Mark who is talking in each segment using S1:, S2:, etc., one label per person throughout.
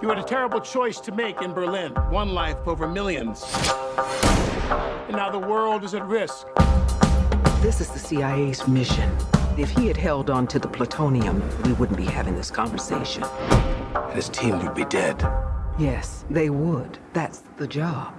S1: You had a terrible choice to make in Berlin one life over millions. And now the world is at risk.
S2: This is the CIA's mission. If he had held on to the plutonium, we wouldn't be having this conversation.
S3: His team would be dead.
S2: Yes, they would. That's the job.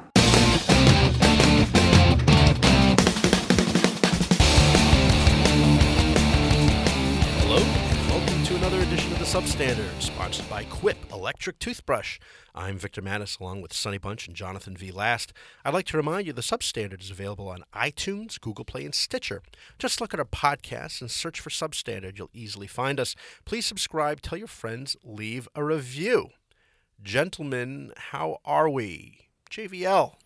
S4: Hello, and welcome to another edition of The Substandard, sponsored by Quip Electric Toothbrush. I'm Victor Mattis, along with Sunny Punch and Jonathan V. Last. I'd like to remind you The Substandard is available on iTunes, Google Play, and Stitcher. Just look at our podcast and search for Substandard. You'll easily find us. Please subscribe, tell your friends, leave a review. Gentlemen, how are we? JVL,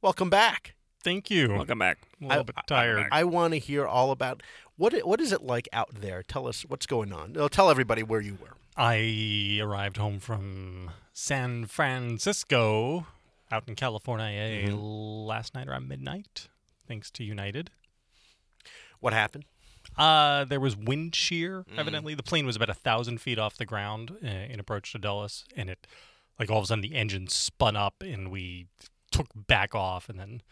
S4: welcome back.
S5: Thank you.
S6: Welcome back.
S5: A little bit tired.
S4: I want to hear all about what i- what is it like out there? Tell us what's going on. No, tell everybody where you were.
S5: I arrived home from San Francisco, out in California,
S6: Mm-hmm.
S5: last night around midnight, thanks to United.
S4: What happened?
S5: Uh, there was wind shear.
S4: Mm.
S5: Evidently, the plane was about a thousand feet off the ground uh, in approach to Dulles, and it, like all of a sudden, the engine spun up, and we took back off, and then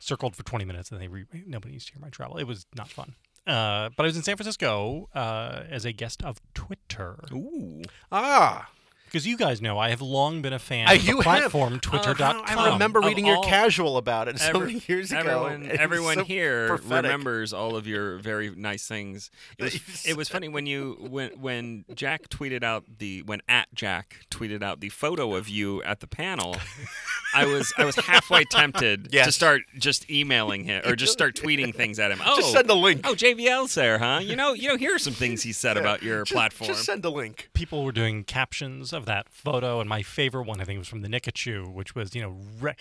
S5: circled for 20 minutes, and they re- nobody used to hear my travel. It was not fun. Uh, but I was in San Francisco uh, as a guest of Twitter.
S6: Ooh.
S4: Ah,
S5: Because you guys know, I have long been a fan
S4: Uh,
S5: of
S4: you have.
S5: the platform
S4: Uh,
S5: Twitter.com.
S4: I remember
S6: Of
S4: reading your
S6: all-
S4: casual about it so
S6: Every-
S4: many years ago.
S6: Everyone,
S4: and it's
S6: everyone
S4: so
S6: here
S4: prophetic.
S6: remembers all of your very nice things. It was, it was funny when you when when Jack tweeted out the when at Jack tweeted out the photo of you at the panel. I was I was halfway tempted to
S4: Yes.
S6: start just emailing him or just start tweeting things at him. Oh,
S4: Just send a link.
S6: Oh, JVL's there, huh? You know, you know, here are some things he said about your
S4: Just-
S6: platform.
S4: Just send a link.
S5: People were doing captions of that photo, and my favorite one, I think, was from the Nikachu, which was, you know, re-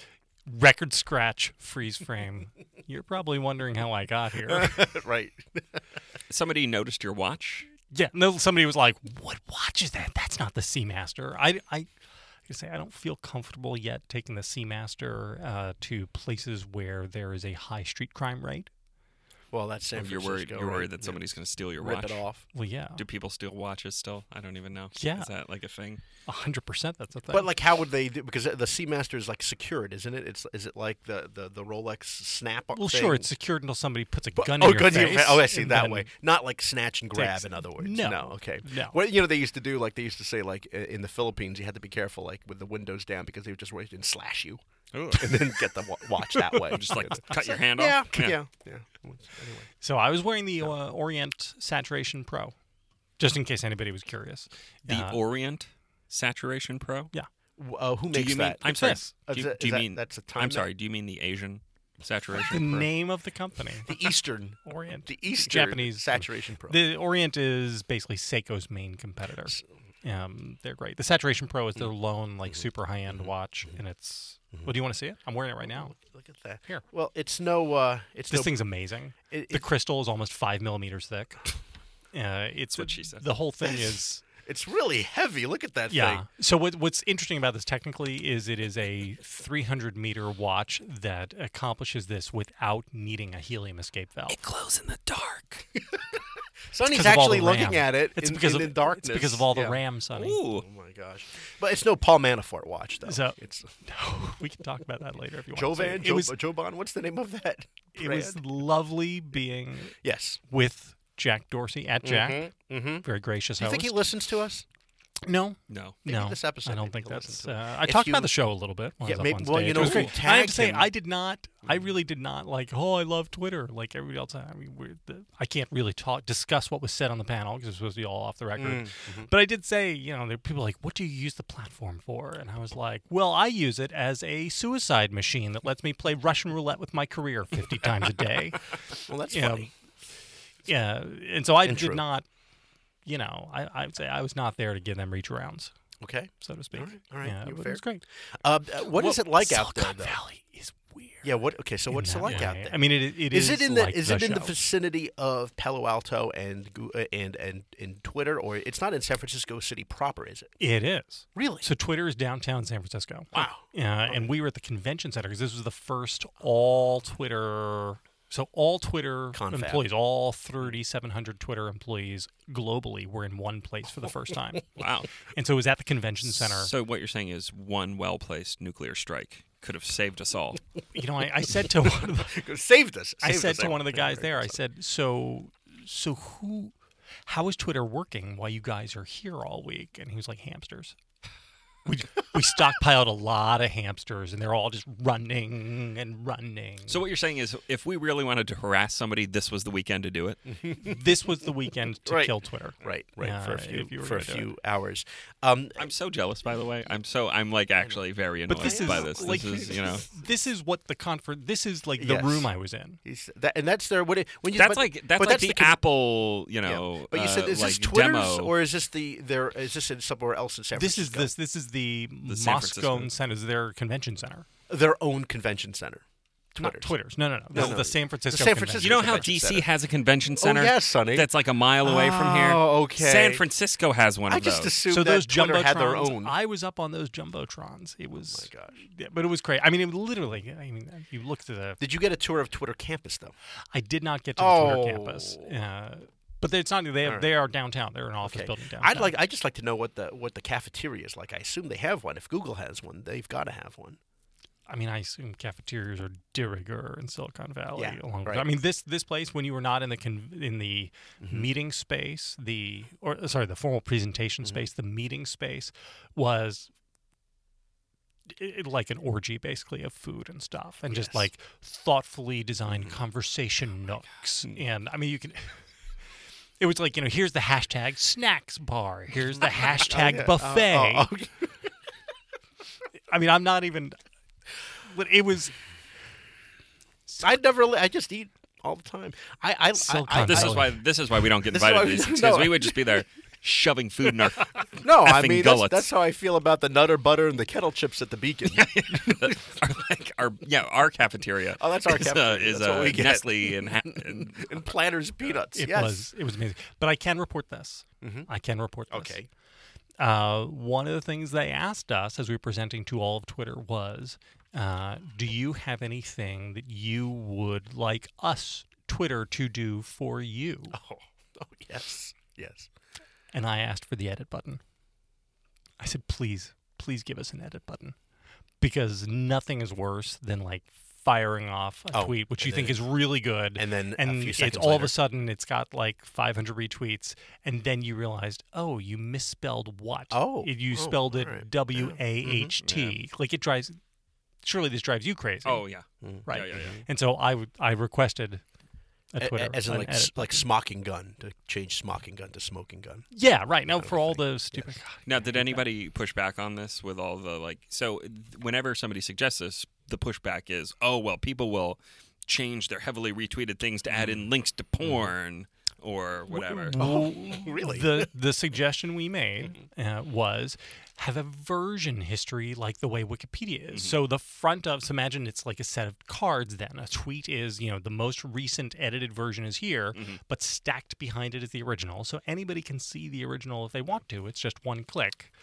S5: record scratch freeze frame. You're probably wondering how I got here.
S4: right.
S6: Somebody noticed your watch.
S5: yeah, no, somebody was like, "What watch is that? That's not the Seamaster." I, I, I gotta say, I don't feel comfortable yet taking the Seamaster uh, to places where there is a high street crime rate.
S4: Well, that's San
S6: If you're worried,
S4: Francisco.
S6: you're
S4: right?
S6: worried that somebody's going to steal your
S4: rip
S6: watch.
S4: it off.
S5: Well, yeah,
S4: Oh.
S6: Do people steal watches still? I don't even know.
S5: Yeah.
S6: Is that like a thing?
S5: hundred percent. That's a thing.
S4: But like, how would they do? Because the Seamaster is like secured, isn't it? It's is it like the the, the Rolex Snap?
S5: Well,
S4: thing?
S5: sure, it's secured until somebody puts a
S4: But-
S5: gun
S4: oh,
S5: in your
S4: gun
S5: face.
S4: to your fa- Oh, I see
S5: and
S4: that
S5: then-
S4: way. Not like snatch and grab.
S5: Takes-
S4: in other words,
S5: No.
S4: okay,
S5: No.
S4: Well, you know they used to do like they used to say like i- in the Philippines you had to be careful like with the windows down because they would just wait and slash you and then get the wa- watch that way.
S6: Just like cut your hand
S4: yeah,
S6: off.
S4: yeah, yeah, Anyway,
S5: So I was wearing the uh, Orient Saturation Pro, just in case anybody was curious.
S6: The
S4: Uh-huh.
S5: Uh,
S6: Orient Saturation Pro.
S5: yeah,
S4: W- uh, who
S6: Do
S4: makes
S6: you mean?
S4: that? Uh,
S6: I'm sorry.
S5: this.
S4: Is
S6: Do you,
S4: that-
S6: do
S4: is
S6: you
S4: that-
S6: mean
S4: that's a time
S6: I'm
S4: that-
S6: sorry. Do you mean the Asian
S5: the
S6: Saturation Pro?
S5: name of the company,
S4: the Eastern,
S5: Orient,
S4: the Eastern
S5: Japanese
S4: saturation pro.
S5: The Orient is basically Seiko's main competitor. Um, they're great. The Saturation Pro is their
S4: Mm-hmm.
S5: lone, like, super high end watch, and it's. Well, do you want to see it? I'm wearing it right now.
S4: Look at that.
S5: Here.
S4: Well, it's no. Uh, it's
S5: This
S4: no,
S5: thing's amazing.
S4: It-
S5: the
S4: it-
S5: crystal is almost five millimeters thick. Uh, it's
S6: what she said.
S5: The whole thing is
S4: It's really heavy. Look at that
S5: Yeah.
S4: thing.
S5: So what, what's interesting about this technically is it is a 300 meter watch that accomplishes this without needing a helium escape valve.
S6: glows in the dark.
S4: Sonny's
S5: 'Cause of all the
S4: actually looking
S5: RAM.
S4: at it.
S5: It's
S4: in,
S5: because
S4: in
S5: of
S4: the darkness.
S5: It's because of all the
S4: Yeah.
S5: RAM, Sonny.
S6: Ooh.
S4: Oh my gosh! But it's no Paul Manafort watch though.
S5: So-
S4: it's
S5: We can talk about that later if you want. to.
S4: Jovan,
S5: It
S4: Joe,
S5: was,
S4: Jovan. What's the name of that?
S5: it was
S4: brand?
S5: lovely being
S4: yes.
S5: with Jack Dorsey at Jack.
S4: Mm-hmm.
S5: Very gracious
S4: Do you
S5: host.
S4: think he listens to us?
S5: no,
S6: No.
S4: Maybe
S5: no.
S4: this episode
S5: I
S4: he'll
S5: don't think
S4: listen
S5: that's.
S4: to it.
S5: Uh, I
S4: If
S5: talked
S4: you-
S5: about the show a little bit. When
S4: Yeah,
S5: I was up
S4: maybe-
S5: on
S4: well, you
S5: stage.
S4: know,
S5: It was
S4: if
S5: great.
S4: you
S5: I have
S4: tagged
S5: to say,
S4: him- Mm-hmm.
S5: I did not. I really did not like. Oh, I love Twitter. Like everybody else, I mean, we're the, I can't really talk discuss what was said on the panel because it's supposed to be all off the record.
S4: Mm, mm-hmm.
S5: But I did say, you know, there were people like, "What do you use the platform for?" And I was like, "Well, I use it as a suicide machine that lets me play Russian roulette with my career 50 times a day."
S4: Well, that's
S5: Yeah.
S4: funny.
S5: Yeah, and so I
S4: And true.
S5: did not. You know, I, I would say I was not there to give them reach arounds,
S4: Okay.
S5: so to speak.
S4: All right, all right,
S5: Yeah,
S4: you're
S5: but
S4: fair.
S5: it was great.
S4: Uh, uh, what is it like out there?
S5: Silicon
S4: Though?
S5: Valley is weird.
S4: Yeah. What? Okay. So what's it
S5: that
S4: like out
S5: way.
S4: there?
S5: I mean, it, it
S4: is
S5: is.
S4: it in the
S5: like
S4: is it in the
S5: show.
S4: vicinity of Palo Alto and Gu- uh, and and and Twitter, or it's not in San Francisco City proper, is it?
S5: It is.
S4: Really?
S5: So Twitter is downtown San Francisco.
S4: Wow.
S5: Uh, And we were at the convention center because this was the first all Twitter So all Twitter
S4: Confab.
S5: employees, all 3,700 Twitter employees globally were in one place for the first time.
S6: Wow.
S5: And so it was at the convention center.
S6: So what you're saying is one well-placed nuclear strike could have saved us all.
S5: you know, I, I said to one of the,
S4: saved us.
S5: I
S4: saved
S5: said
S4: us,
S5: to one of the guys
S4: Americans.
S5: there, I said, so, so who, how is Twitter working while you guys are here all week? And he was like, hamsters. We, we stockpiled a lot of hamsters and they're all just running and running.
S6: So what you're saying is if we really wanted to harass somebody, this was the weekend to do it.
S5: this was the weekend to
S4: Right.
S5: kill Twitter.
S4: Right, right, for
S5: Uh,
S4: a few,
S5: if you were
S4: for a
S5: gonna do
S4: few hours. Um,
S6: I'm so jealous, by the way. I'm so I'm like actually very annoyed
S5: But this is
S6: by this.
S5: like
S6: this is you know
S5: this is what the conference. This is like the
S4: Yes.
S5: room I was in.
S4: he's- that, and that's their what it, when you.
S6: that's
S4: but-
S6: like that's
S4: but
S6: like the,
S4: con-
S6: Apple you
S4: yeah.
S6: know.
S4: But you said
S6: uh,
S4: is this
S6: like
S4: Twitter's
S6: demo.
S4: or is this the there is this in somewhere else in San
S5: This is
S4: Francisco?
S5: this this is the,
S6: San
S5: Moscone
S6: Francisco.
S5: Center, is their convention center,
S4: their own convention center. Twitter's.
S5: not Twitter's. No, no, no. This
S4: no.
S5: is the
S4: The
S5: San Francisco.
S4: San
S5: convention
S4: Francisco
S6: you know how
S4: Convention
S6: DC
S4: Center. Oh,
S6: has a convention center?
S4: yes, Sonny.
S6: That's like a mile away from here.
S4: Oh, okay.
S6: San Francisco has one
S4: I
S6: of those.
S4: just assumed
S5: so
S4: that
S5: those
S4: Twitter
S5: jumbotrons.
S4: had their own. Oh
S5: I was up on those jumbotrons. It was.
S4: my gosh.
S5: Yeah, but it was crazy. I mean, it was literally. I mean, you looked at the.
S4: Did you get a tour of Twitter campus though?
S5: I did not get to the
S4: Oh.
S5: Twitter campus. Uh, but it's not. They have, they are downtown. They're an office building downtown.
S4: I'd like. I just like to know what the what the cafeteria is like. I assume they have one. If Google has one, they've got to have one. Oh,
S5: I mean, I assume cafeterias are de rigueur in Silicon Valley.
S4: Yeah,
S5: along with-
S4: right. Mm-hmm.
S5: I mean, this this place when you were not in the con- in the meeting space, the or uh, sorry, the formal presentation
S4: Mm-hmm.
S5: space, the meeting space was i i- like an orgy, basically, of food and stuff, and just
S4: Yes. Mm-hmm. Oh
S5: like thoughtfully designed conversation nooks.
S4: Mm.
S5: And I mean, you can. It was like you know, here's the hashtag snacks bar, here's the hashtag
S4: Yeah. Oh, oh,
S5: buffet.
S4: okay.
S5: I mean, I'm not even. But it was
S4: I never. li- I just eat all the time. I. I, I, I
S5: Silicon
S6: this
S5: Valley.
S6: is why this is why we don't get
S4: Oh. This is why
S6: invited to
S4: we
S6: these
S4: don't-
S6: because
S4: no.
S6: we would just be there shoving food in our
S4: No, I
S6: effing
S4: mean that's,
S6: gullets.
S4: that's how I feel about the Nutter Butter and the kettle chips at the Beacon.
S6: our, like our yeah our cafeteria.
S4: Oh, that's our
S6: is, Uh,
S4: cafeteria.
S6: is
S4: That's what
S6: uh,
S4: we get.
S6: Nestle and, ha- and
S4: and Planters peanuts.
S5: It
S4: yes. Mm-hmm.
S5: was it was amazing. But I can report this. I can report this.
S4: Okay.
S5: Uh, one of the things they asked us as we were presenting to all of Twitter was, uh, "Do you have anything that you would like us Twitter to do for you?"
S4: Oh, oh yes, yes.
S5: And I asked for the edit button. I said, "Please, please give us an edit button, because nothing is worse than like." Firing off a
S4: Oh,
S5: tweet, which
S4: and
S5: you
S4: then
S5: think is really good,
S4: and then a
S5: and
S4: few
S5: it's
S4: seconds
S5: all of
S4: later-
S5: a sudden it's got like 500 retweets, and then you realized, oh, you misspelled what?
S4: Oh,
S5: It- you
S4: oh, Mm-hmm,
S5: spelled it
S4: all right.
S5: W A H T. Like it drives. Surely this drives you crazy.
S6: oh yeah.
S5: right.
S6: yeah, yeah, yeah.
S5: And so I would- I requested a
S4: A- a-
S5: Twitter
S4: as in
S5: an
S4: like
S5: edit.
S4: s- like smocking gun to change smocking gun to smoking gun.
S5: yeah, right. Now for all the stupid.
S6: Now, did anybody push back on this with all the like? So, th- whenever somebody suggests this, the pushback is, "Oh well, people will change their heavily retweeted things to add in links to porn or whatever."
S4: Oh, really?
S5: The the suggestion we made
S4: Mm-hmm.
S5: uh, was have a version history like the way Wikipedia is.
S4: Mm-hmm.
S5: So the front of so imagine it's like a set of cards. Then a tweet is you know the most recent edited version is here,
S4: Mm-hmm.
S5: but stacked behind it is the original. So anybody can see the original if they want to. It's just one click,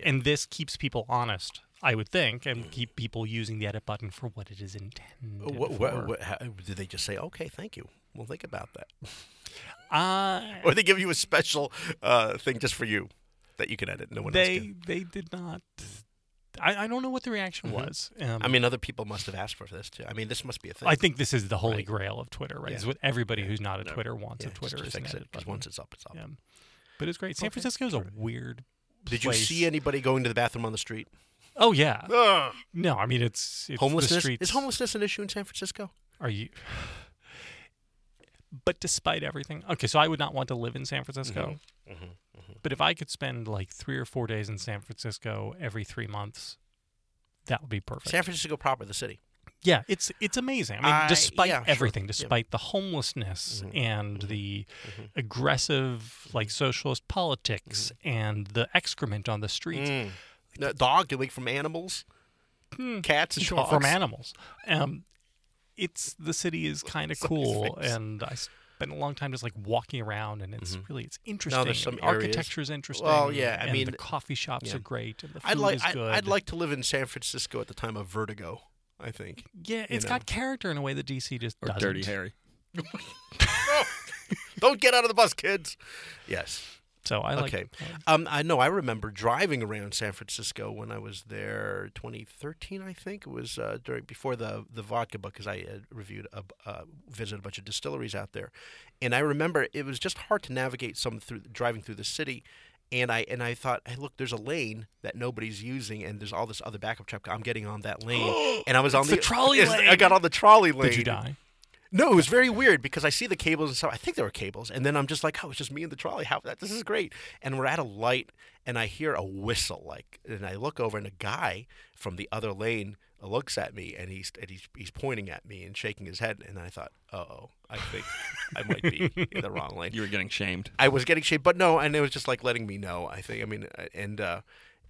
S5: and this keeps people honest. I would think, and
S4: Mm-hmm.
S5: keep people using the edit button for what it is intended.
S4: Oh, What,
S5: for.
S4: what, what, how, did they just say, "Okay, thank you"? We'll think about that,
S5: Uh,
S4: or they give you a special uh, thing just for you that you can edit. No one
S5: they
S4: else can.
S5: they did not. I, I don't know what the reaction was. Um,
S4: Mm-hmm. I mean, other people must have asked for this too. I mean, this must be a thing.
S5: I think this is the holy grail of Twitter, right?
S4: Yeah.
S5: It's what everybody who's not a Twitter wants.
S4: yeah,
S5: a
S4: just
S5: Twitter
S4: to
S5: is an
S4: fix it
S5: edit
S4: because
S5: button.
S4: once it's up, it's up.
S5: yeah. But it's great. San Francisco is a weird.
S4: Did you
S5: place.
S4: see anybody going to the bathroom on the street?
S5: Oh yeah. No, I mean it's, it's The
S4: homelessness
S5: streets.
S4: is homelessness an issue in San Francisco?
S5: Are you? But despite everything, okay. So I would not want to live in San Francisco.
S4: Mm-hmm.
S5: But if I could spend like three or four days in San Francisco every three months, that would be perfect.
S4: San Francisco proper, the city.
S5: Yeah, it's it's amazing. I mean,
S4: I-
S5: despite
S4: yeah, sure.
S5: everything,
S4: Yeah. Mm-hmm.
S5: despite the homelessness and the aggressive like socialist politics
S4: Mm-hmm.
S5: and the excrement on the streets
S4: Mm. No, dog, like from animals, cats and
S5: sure,
S4: dogs.
S5: Hmm. from animals, um, it's the city is kind of cool, and I spent a long time just like walking around, and it's really it's interesting. and
S4: Mm-hmm. some
S5: the
S4: areas-
S5: architecture is interesting.
S4: Well, yeah, I
S5: and the
S4: mean,
S5: coffee shops
S4: yeah.
S5: are great, and the food
S4: I'd like
S5: is
S4: I,
S5: good.
S4: I'd like to live in San Francisco at the time of Vertigo. I think.
S5: Yeah, it's
S4: know.
S5: got character in a way that DC just
S6: or
S5: doesn't.
S6: Dirty Harry.
S4: Don't get out of the bus, kids. Yes.
S5: So I like.
S4: Okay. Um, I know. I remember driving around San Francisco when I was there, 2013. I think it was uh, during before the the vodka book because I had reviewed a b- uh, visited a bunch of distilleries out there, and I remember it was just hard to navigate some through driving through the city. And I and I thought, hey, look, there's a lane that nobody's using, and there's all this other backup traffic. I'm getting on that lane, and I was on the,
S5: the trolley
S4: yes, I
S5: lane.
S4: got on the trolley lane.
S5: Did you die?
S4: No, it was very weird because I see the cables and stuff. I think there were cables, and then I'm just like, oh, it's just me and the trolley. How that this is great. And we're at a light, and I hear a whistle, like, and I look over, and a guy from the other lane looks at me, and he's and he's, he's pointing at me and shaking his head, and I thought, oh, I think I might be in the wrong lane.
S6: You were getting shamed.
S4: I was getting shaved, but no, and it was just like letting me know. I think. I mean, uh, and uh,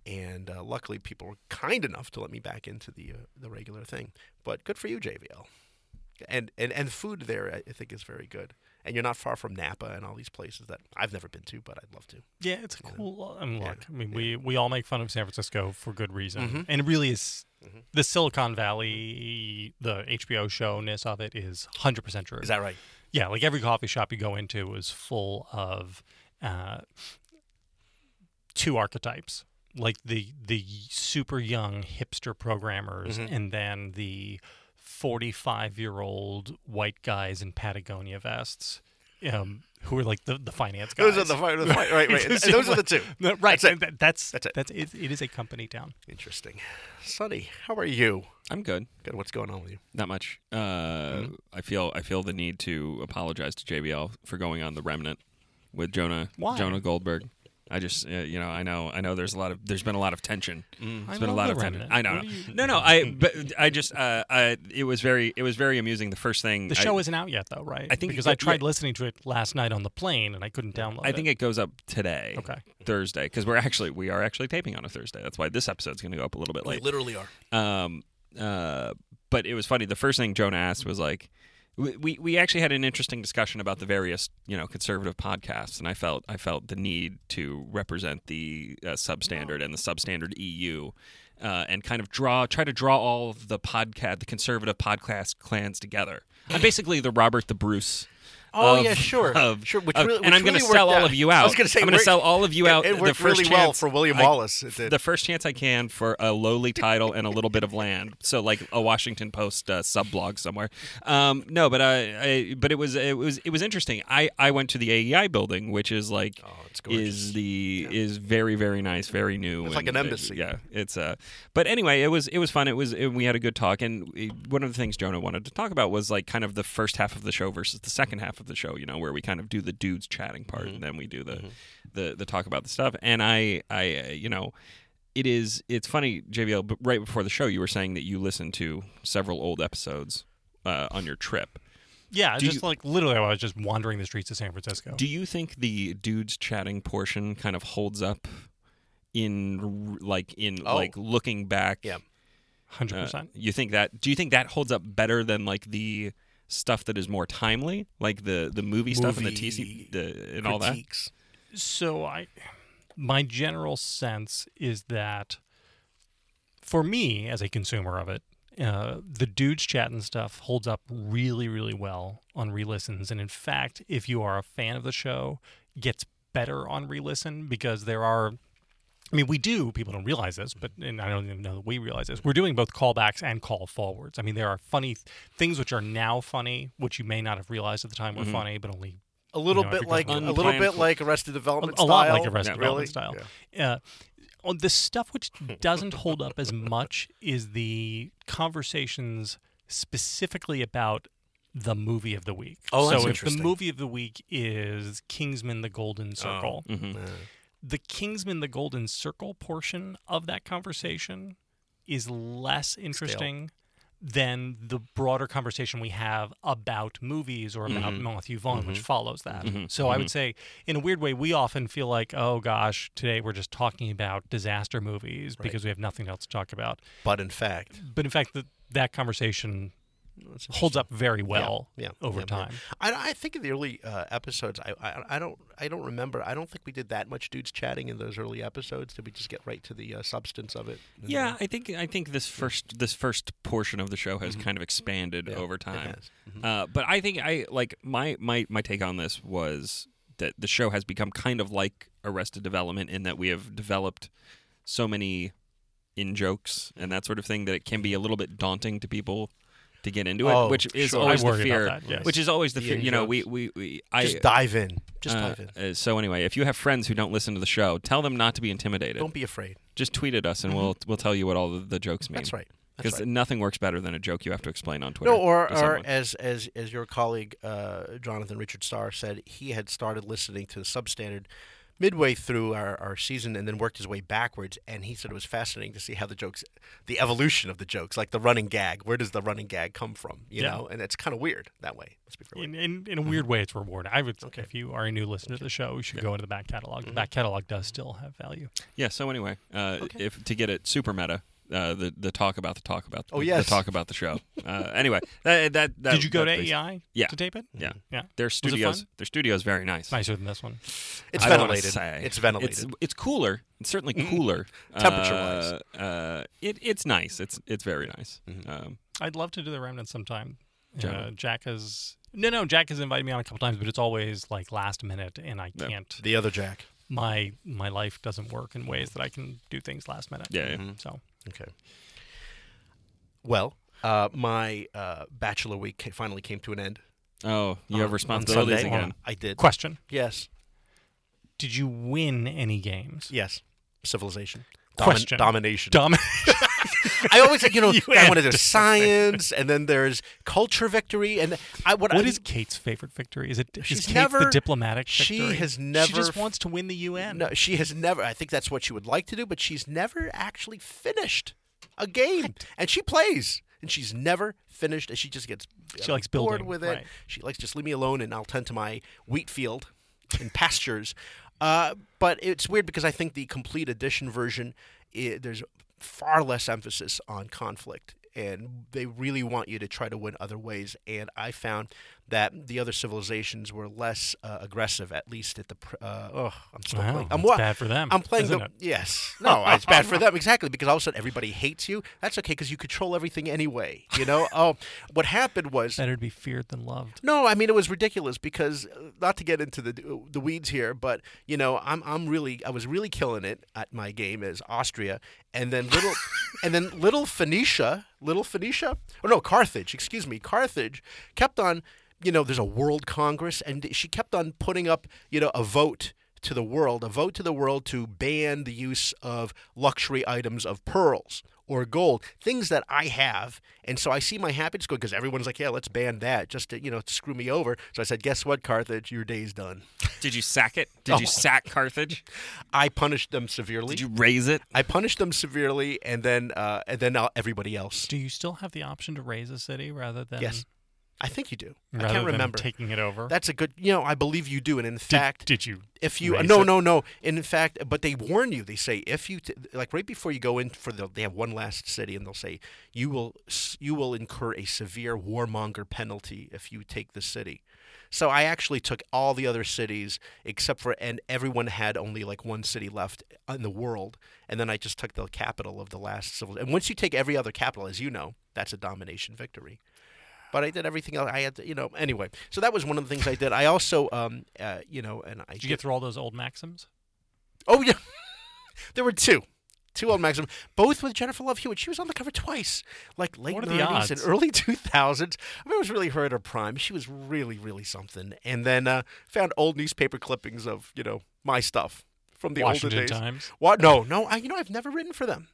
S4: and uh, luckily people were kind enough to let me back into the uh, the regular thing. But good for you, JVL. And and and food there, I- I think, is very good. And you're not far from Napa and all these places that I've never been to, but I'd love to.
S5: Yeah, it's a cool. I mean, look, I mean, we we all make fun of San Francisco for good reason,
S4: Mm-hmm.
S5: and it really is. The Silicon Valley,
S4: Mm-hmm.
S5: the HBO showness of it is 100% true.
S4: that right?
S5: Yeah, like every coffee shop you go into is full of uh, two archetypes, like the the super young hipster programmers,
S4: Mm-hmm.
S5: and then the forty five year old white guys in Patagonia vests, um, who are like the, the finance guys.
S4: Those are the, fi- the fi- right, right.
S5: It's
S4: And Those
S5: just
S4: are the
S5: like-
S4: two.
S5: No, right,
S4: That's it.
S5: and that- that's
S4: That's
S5: that's
S4: it.
S5: it. That's it. It is a company town.
S4: Interesting. Sonny, how are you?
S6: I'm good.
S4: Good. What's going on with you?
S6: Not much. Uh,
S5: Mm-hmm.
S6: I feel I feel the need to apologize to JBL for going on the remnant with Jonah
S5: Why?
S6: Jonah Goldberg. I just uh, you know I know I know there's a lot of there's been a lot of tension. There's been a
S5: Mm-hmm. love
S6: lot
S5: The
S6: of tension.
S5: Remnant.
S6: I know.
S5: What do you-
S6: No, no. I but I just uh, I it was very it was very amusing. The first thing
S5: The show
S6: I,
S5: isn't out yet, though, right?
S6: I think-
S5: because
S6: yeah,
S5: I tried
S6: yeah.
S5: listening to it last night on the plane and I couldn't download.
S6: I think it goes up today.
S5: Okay.
S6: Thursday because we're actually we are actually taping on a Thursday. That's why this episode's going to go up a little bit late.
S4: literally are.
S6: Um, uh, but it was funny. The first thing Jonah asked was like, we, we we actually had an interesting discussion about the various you know conservative podcasts, and I felt I felt the need to represent the uh, substandard and the substandard EU. Uh, and kind of draw, try to draw all of the podcast, the conservative podcast clans together. I'm basically the Robert the Bruce.
S4: Oh
S6: of-
S4: yeah, sure,
S6: of-
S4: sure. Which
S6: of-
S4: really, which
S6: and I'm going
S4: really
S6: to
S4: worked
S6: sell all
S4: out.
S6: of you out.
S4: I was going to say,
S6: I'm going to
S4: work-
S6: sell all of you out.
S4: It, it worked
S6: the first
S4: really
S6: chance,
S4: well for William
S6: I-
S4: Wallace. It did.
S6: the first chance I can for a lowly title and a little bit of land. So like a Washington Post uh, sub blog somewhere. Um, no, but I, I but it was it was it was interesting. I I went to the AEI building, which is like
S4: Oh, it's gorgeous.
S6: is the is very very nice, very new.
S4: It's like an
S6: and, uh,
S4: embassy.
S6: yeah, it's uh but anyway it was it was fun it was it, we had a good talk and uh, one of the things jonah wanted to talk about was like kind of the first half of the show versus the second half of the show you know where we kind of do the dudes chatting part
S4: Mm-hmm.
S6: and then we do the, the the talk about the stuff and i i uh, you know it is it's funny jbl but right before the show you were saying that you listened to several old episodes uh, on your trip
S5: Yeah,
S6: Do
S5: just
S6: you-
S5: like literally, I was just wandering the streets of San Francisco.
S6: do you think the dudes chatting portion kind of holds up in r- like in
S4: Oh.
S6: like looking back
S4: Yeah.
S5: Hundred
S6: Uh,
S5: percent.
S6: You think that? Do you think that holds up better than like the stuff that is more timely, like the the movie, stuff and the
S4: Movie
S6: TC the, and all that?
S4: Critiques.
S5: So I, my general sense is that, for me as a consumer of it, uh, the dudes chat and stuff holds up really, really well on re-listens, and in fact, if you are a fan of the show, gets better on re-listen because there are. I mean, we do. People don't realize this, but and I don't even know that we realize this. We're doing both callbacks and call forwards. I mean, there are funny th- things which are now funny, which you may not have realized at the time were funny, but only
S4: A little
S5: You know, if
S4: bit
S5: it
S4: like a
S5: goes
S4: little bit
S6: unplanned-
S4: like Arrested Development.
S5: a, a lot like
S4: style.
S5: Arrested
S4: Really?
S5: Development style. Uh, on the stuff which doesn't hold up as much is the conversations specifically about the movie of the week.
S4: Oh, that's
S5: so if
S4: interesting. Oh,
S5: the movie of the week is Kingsman: The Golden Circle,
S6: Mm-hmm.
S5: the Kingsman: The Golden Circle portion of that conversation is less interesting than the broader conversation we have about movies or about
S6: Mm-hmm.
S5: Matthew Vaughn, which follows that. So I would say, in a weird way, we often feel like, oh gosh, today we're just talking about disaster movies because we have nothing else to talk about.
S4: But in fact,
S5: But in fact, the, that conversation
S4: That's
S5: holds up very well
S4: yeah,
S5: over
S4: yeah, yeah.
S5: time.
S4: I, I think in the early uh, episodes, I, I I don't I don't remember. I don't think we did that much dudes chatting in those early episodes. Did we just get right to the uh, substance of it?
S6: Yeah, I think I think this first this first portion of the show has kind of expanded over time.
S4: Mm-hmm. has.
S6: Uh, but I think I like my my my take on this was that the show has become kind of like Arrested Development in that we have developed so many in jokes and that sort of thing that it can be a little bit daunting to people to get into it,
S4: Oh,
S6: which is
S4: sure. I
S6: always the
S5: worry about
S6: fear.
S5: that, yes.
S6: Which is always the,
S4: The
S6: fear. You know, we
S4: in-jokes.
S6: we, we I
S4: Just dive in. Just
S6: uh,
S4: dive in.
S6: uh, so anyway, if you have friends who don't listen to the show, tell them not to be intimidated.
S4: Don't be afraid.
S6: Just tweet at us, and we'll we'll tell you what all the, the jokes mean.
S4: That's right. That's
S6: Because
S4: right.
S6: nothing works better than a joke you have to explain on Twitter.
S4: No, or,
S6: to
S4: or
S6: someone.
S4: as as as your colleague uh, Jonathan Richard Starr said, he had started listening to Substandard midway through our, our season and then worked his way backwards. And he said it was fascinating to see how the jokes, the evolution of the jokes, like the running gag. Where does the running gag come from? You
S5: Yeah.
S4: know, and it's kind of weird that way. Let's be fair.
S5: In, in, in a weird way, it's rewarding. I would, if you are a new listener to the show, you should go into the back catalog.
S6: Mm-hmm.
S5: The back catalog does still have value.
S6: yeah. So anyway, uh, if to get it super meta, uh, the the talk about the talk about the,
S4: Oh, yes.
S6: the talk about the show. uh, anyway, that, that, that
S5: Did you go
S6: that
S5: to
S6: basi-
S5: AEI
S6: Oh, Yeah.
S5: to tape it?
S6: Yeah.
S5: yeah.
S6: Their
S5: Was it fun?
S6: studios, their studios, very nice.
S5: nicer than this one.
S4: It's
S6: I don't wanna
S4: ventilated.
S6: say.
S4: It's ventilated.
S6: It's, it's cooler. It's certainly cooler.
S4: Temperature-wise. Mm-hmm.
S6: Uh, uh, it, it's nice. It's it's very nice. Um,
S5: I'd love to do the remnant sometime. Uh,
S6: Jonathan?
S5: Jack has no, no. Jack has invited me on a couple times, but it's always like last minute, and I can't.
S4: the other Jack.
S5: My my life doesn't work in ways that I can do things last minute.
S6: Yeah, yeah.
S5: So
S4: Okay. Well, uh, my uh, bachelor week ca- finally came to an end.
S6: oh, you
S4: on-
S6: have
S4: on
S6: responsibilities
S4: Sunday.
S6: again.
S4: I did.
S5: question:
S4: Yes.
S5: Did you win any games?
S4: Yes. Civilization.
S5: Question.
S4: Domination.
S5: Dumb.
S4: I always, you know, I
S5: had
S4: wanted there's science, and then there's culture victory, and I what,
S5: what
S4: I,
S5: is Kate's favorite victory? Is it is
S4: She's
S5: Kate
S4: never-
S5: the diplomatic
S4: she
S5: victory?
S4: has
S5: She
S4: never
S5: just
S4: f-
S5: wants to win the UN.
S4: No, she has never. I think that's what she would like to do, but she's never actually finished a game, and she plays. And she's never finished, and she just gets uh,
S5: She likes
S4: bored
S5: building,
S4: with it.
S5: right.
S4: She likes just leave me alone, and I'll tend to my wheat field and pastures. Uh, but it's weird because I think the complete edition version, i there's far less emphasis on conflict, and they really want you to try to win other ways. And I found that the other civilizations were less uh, aggressive, at least at the. Pr- uh, oh, I'm still
S5: Wow,
S4: playing. I'm
S5: that's
S4: wa-
S5: bad for them,
S4: I'm playing
S5: isn't
S4: the
S5: it?
S4: yes. No, it's bad for them exactly because all of a sudden everybody hates you. That's okay because you control everything anyway. You know. oh, what happened was
S5: Better to be feared than loved.
S4: no, I mean it was ridiculous because uh, not to get into the uh, the weeds here, but you know I'm I'm really I was really killing it at my game as Austria, and then little and then little Phoenicia, little Phoenicia, or no Carthage, excuse me, Carthage kept on you know there's a world congress and she kept on putting up you know a vote to the world, a vote to the world to ban the use of luxury items of pearls or gold, things that I have. And so I see my happiness going because everyone's like, yeah, let's ban that just to, you know, to screw me over. So I said, guess what, Carthage, your day's done.
S6: Did you sack it?
S4: Oh.
S6: Did you sack Carthage?
S4: I punished them severely.
S6: Did you raise it?
S4: I punished them severely and then uh, and then uh, everybody else.
S5: Do you still have the option to raise a city rather than
S4: Yes. I think you do.
S5: rather
S4: I can't
S5: than
S4: remember.
S5: taking it over?
S4: That's a good, you know, I believe you do. And in
S5: did,
S4: fact,
S5: did you?
S4: if you
S5: raise
S4: no
S5: it?
S4: no no in fact but they warn you they say if you t- like right before you go in for the they have one last city and they'll say you will s- you will incur a severe warmonger penalty if you take the city so i actually took all the other cities except for and everyone had only like one city left in the world and then i just took the capital of the last civil and once you take every other capital as you know that's a domination victory but I did everything else. I had to, you know, anyway. So that was one of the things I did. I also, um, uh, you know, and I
S5: Did you get through all those old maxims?
S4: Oh yeah, there were two, two old Maxim, both with Jennifer Love Hewitt. She was on the cover twice, like late
S5: What are the
S4: nineties and
S5: odds?
S4: early two thousands. I mean, it was really her at her prime. She was really, really something. And then uh, found old newspaper clippings of you know my stuff from the
S5: Washington
S4: older days.
S5: Times?
S4: What? No, no. I, you know, I've never written for them.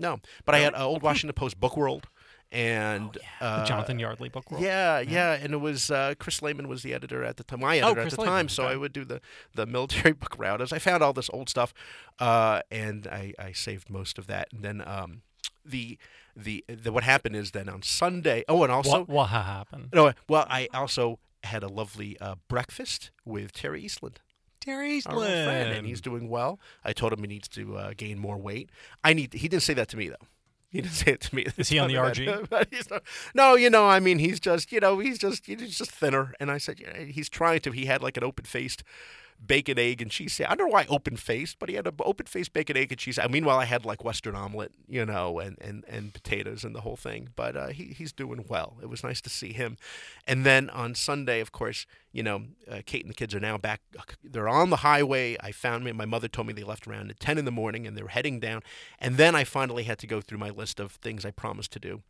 S4: No, but I had uh, old Washington Post Book World and
S5: the
S4: uh,
S5: Oh, Jonathan Yardley book world.
S4: yeah, yeah, and it was uh, Chris Lehman was the editor at the time, my
S5: Oh,
S4: editor at
S5: Chris
S4: the
S5: Lehman,
S4: time. So
S5: okay.
S4: I would do the, the military book route. As I found all this old stuff, uh, and I, I saved most of that. And then um, the, the the what happened is then on Sunday. Oh, and also
S5: what, what ha- happened?
S4: no, well, I also had a lovely uh, breakfast with Terry Eastland.
S5: Terry
S4: Our old friend, and he's doing well. I told him he needs to uh, gain more weight. I need. He didn't say that to me though. He didn't say it to me.
S5: Is he on the RG?
S4: But he's not- no, you know, I mean, he's just, you know, he's just, he's just thinner. And I said, yeah, he's trying to. He had like an open faced bacon egg and cheese. sa- I don't know why open faced, but he had an open faced bacon egg and cheese. I meanwhile, I had like Western omelet, you know, and and and potatoes and the whole thing. But uh, he he's doing well. It was nice to see him. And then on Sunday, of course, you know, uh, Kate and the kids are now back. uh, They're on the highway. I found me. My mother told me they left around at ten in the morning, and they're heading down. And then I finally had to go through my list of things I promised to do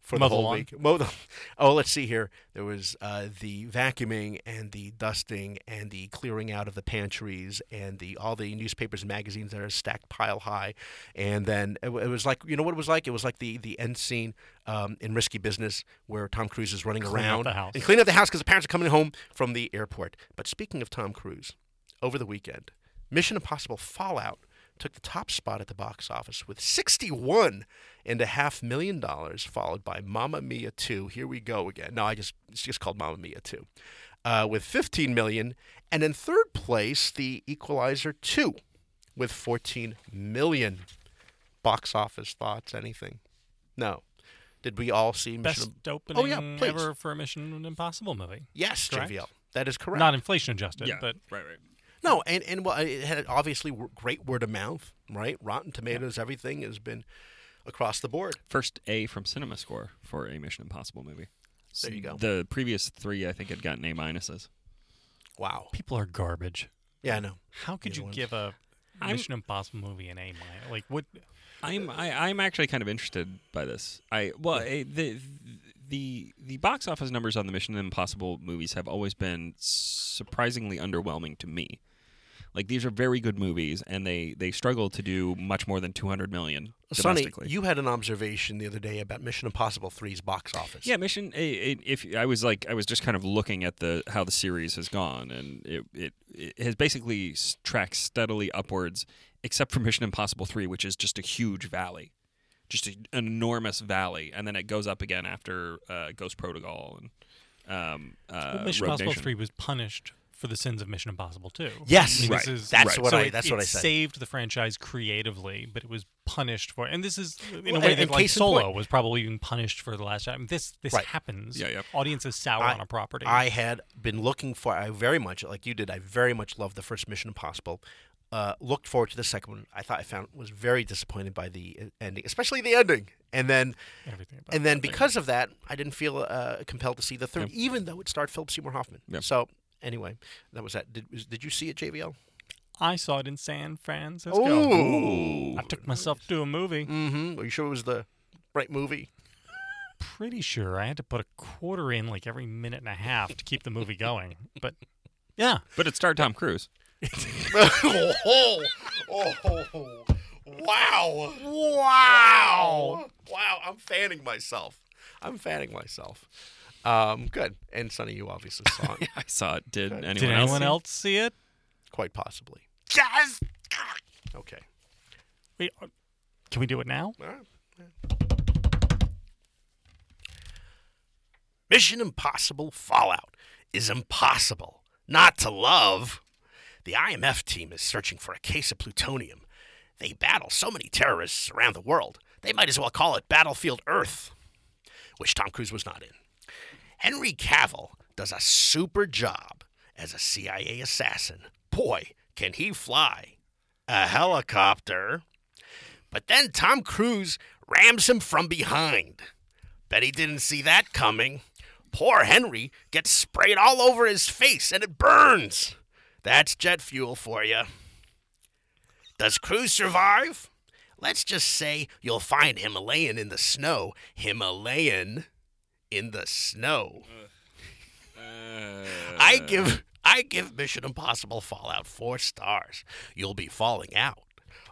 S4: for
S5: Mow
S4: the
S5: the
S4: whole
S5: lawn.
S4: week. Mow the, oh, let's see here. There was uh, the vacuuming and the dusting and the clearing out of the pantries and the all the newspapers and magazines that are stacked pile high. And then it, wa- it was like you know what it was like. It was like the the end scene um, in Risky Business where Tom Cruise is running
S5: Clean up
S4: around
S5: the house.
S4: and cleaning up the house because the parents are coming home from the airport. But speaking of Tom Cruise, over the weekend, Mission Impossible Fallout took the top spot at the box office with sixty-one and a half million dollars, followed by Mamma Mia 2. Here we go again. No, I just it's just called Mamma Mia 2, uh, with fifteen million, and in third place, The Equalizer 2, with fourteen million. Box office thoughts? Anything? No. Did we all see Mission?
S5: Best
S4: Im-
S5: opening
S4: oh yeah, please.
S5: ever for a Mission Impossible movie.
S4: Yes,
S5: Correct?
S4: JVL. That is correct.
S5: Not inflation adjusted,
S6: yeah,
S5: but
S6: right, right.
S4: no, and and well, it had obviously w- great word of mouth, right? Rotten Tomatoes, everything has been across the board.
S6: First A from Cinema Score for a Mission Impossible movie.
S4: There you go.
S6: The previous three, I think, had gotten A minuses.
S4: Wow.
S5: people are garbage.
S4: Yeah, I know.
S5: How could
S4: Neither
S5: you
S4: one.
S5: give a
S6: I'm-
S5: Mission Impossible movie an A minus? Like what?
S6: I'm I, I'm actually kind of interested by this. I well eh, the the the box office numbers on the Mission Impossible movies have always been surprisingly underwhelming to me. Like these are very good movies, and they they struggle to do much more than 200 million
S4: Sonny,
S6: domestically.
S4: you had an observation the other day about Mission Impossible 3's box office.
S6: yeah, Mission. eh, eh, If I was like, I was just kind of looking at the how the series has gone, and it it, it has basically s- tracked steadily upwards, except for Mission Impossible Three, which is just a huge valley. just a, an enormous valley, and then it goes up again after uh, Ghost Protocol and um, uh,
S5: Well, Mission
S6: Rogue
S5: Impossible
S6: Nation.
S5: Three was punished for the sins of Mission Impossible Two.
S4: Yes,
S5: I mean, this
S6: Right.
S5: is-
S4: That's what
S5: so
S4: I-
S5: it-
S4: that's what
S5: it
S4: I said.
S5: Saved the franchise creatively, but it was punished for. And this is
S4: Well,
S5: in a way
S4: and-
S5: that
S4: and
S5: like
S4: case in point-
S5: Solo was probably even punished for the last time. This this
S4: Right.
S5: happens.
S6: Yeah, yeah.
S5: Audiences sour
S4: I-
S5: on a property.
S4: I had been looking for. I very much like you did. I very much loved the first Mission Impossible. Uh, looked forward to the second one. I thought I found was very disappointed by the uh, ending, especially the ending. And then,
S5: Everything about
S4: and then because of that, I didn't feel uh, compelled to see the third,
S6: Yep.
S4: even though it starred Philip Seymour Hoffman.
S6: Yep.
S4: So anyway, that was that. Did was- did you see it, JVL?
S5: I saw it in San Francisco.
S4: Ooh.
S5: I took myself to a movie.
S4: Mm-hmm. Are you sure it was the right movie?
S5: Pretty sure I had to put a quarter in like every minute and a half to keep the movie going. But yeah,
S6: but it starred Tom Cruise.
S4: oh, oh, wow. Wow. Wow. I'm fanning myself. I'm fanning myself. Um, good. And Sonny, you obviously saw it.
S6: I saw it. Did anyone
S5: did anyone
S6: see it?
S5: else see it?
S4: Quite possibly. Yes. Okay.
S5: Wait, uh, can we do it now?
S4: All right. Mission Impossible Fallout is impossible not to love. The IMF team is searching for a case of plutonium. They battle so many terrorists around the world, they might as well call it Battlefield Earth, which Tom Cruise was not in. Henry Cavill does a super job as a CIA assassin. Boy, can he fly a helicopter! But then Tom Cruise rams him from behind. Bet he didn't see that coming. Poor Henry gets sprayed all over his face and it burns. That's jet fuel for you. Does Cruise survive? Let's just say you'll find Himalayan in the snow. Himalayan in the snow. I give I give Mission Impossible Fallout 4 stars. You'll be falling out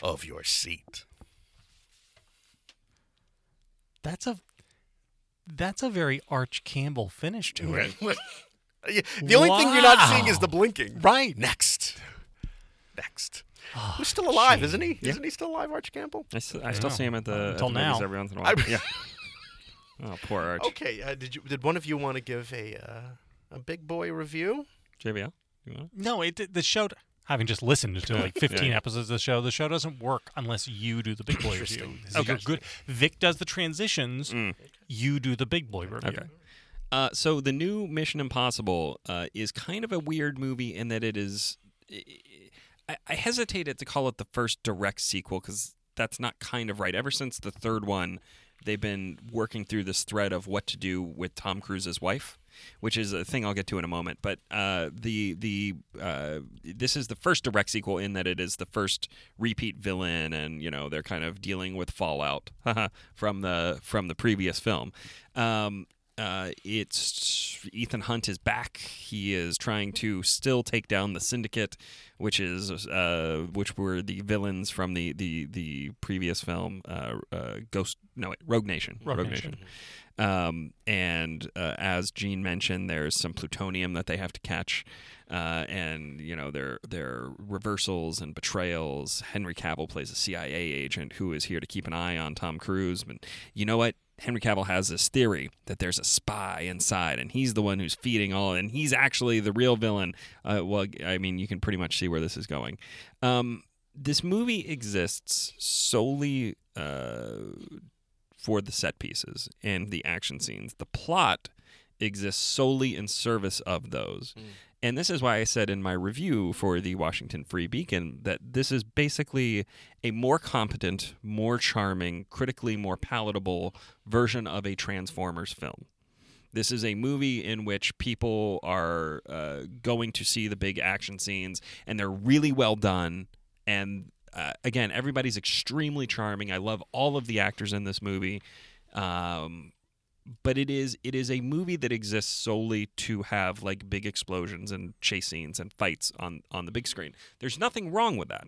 S4: of your seat.
S5: That's a that's a very Arch Campbell finish to it.
S4: Yeah, the only thing you're not seeing is
S5: Wow.
S4: the blinking. Right. Next. Next.
S5: Ah,
S4: Who's still alive, isn't he? Isn't he still alive, Arch Campbell?
S6: I, s- I still see him at the, at the
S5: Until
S6: movies
S5: now.
S6: every once in a while.
S4: I-
S6: yeah. Oh, poor Arch.
S4: Okay. Uh, did you? Did one of you want to give a uh, a big boy review?
S6: JBL. You want?
S5: No, it the show. having just listened to like 15 episodes of the show, the show doesn't work unless you do the big boy review. So you're good. Vic does the transitions. You do the big boy review.
S6: Mm. Okay. Uh, so the new Mission Impossible uh, is kind of a weird movie in that it is. I, I hesitated to call it the first direct sequel because that's not kind of right. Ever since the third one, they've been working through this thread of what to do with Tom Cruise's wife, which is a thing I'll get to in a moment. But uh, the the uh, this is the first direct sequel in that it is the first repeat villain, and you know they're kind of dealing with fallout from the from the previous film. Um, uh, it's Ethan Hunt is back. He is trying to still take down the Syndicate, which is uh, which were the villains from the the the previous film, uh, uh, Ghost. No, wait, Rogue Nation.
S5: Rogue Nation.
S6: Um, and uh, as Gene mentioned, there's some plutonium that they have to catch, uh, and you know their their reversals and betrayals. Henry Cavill plays a CIA agent who is here to keep an eye on Tom Cruise. But you know what? Henry Cavill has this theory that there's a spy inside, and he's the one who's feeding all, and he's actually the real villain. Uh, well, I mean, you can pretty much see where this is going. Um, this movie exists solely. Uh, for the set pieces and the action scenes. The plot exists solely in service of those. And this is why I said in my review for the Washington Free Beacon that this is basically a more competent, more charming, critically more palatable version of a Transformers film. This is a movie in which people are uh, going to see the big action scenes, and they're really well done. And uh, again, everybody's extremely charming. I love all of the actors in this movie. Um, but it is it is a movie that exists solely to have like big explosions and chase scenes and fights on on the big screen. There's nothing wrong with that.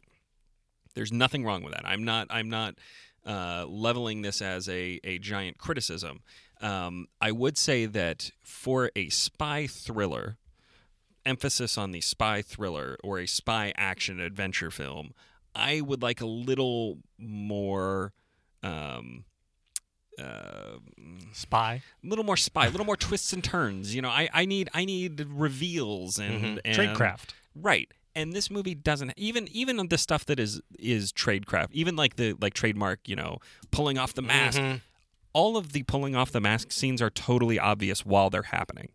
S6: There's nothing wrong with that. I'm not I'm not uh, leveling this as a a giant criticism. Um, I would say that for a spy thriller, emphasis on the spy thriller or a spy action adventure film, I would like a little more. Um,
S5: Spy.
S6: a little more spy, a little more twists and turns. You know, I, I need I need reveals and, and
S5: Tradecraft.
S6: right? And this movie doesn't even even the stuff that is is tradecraft, even like the like trademark, you know, pulling off the mask. All of the pulling off the mask scenes are totally obvious while they're happening.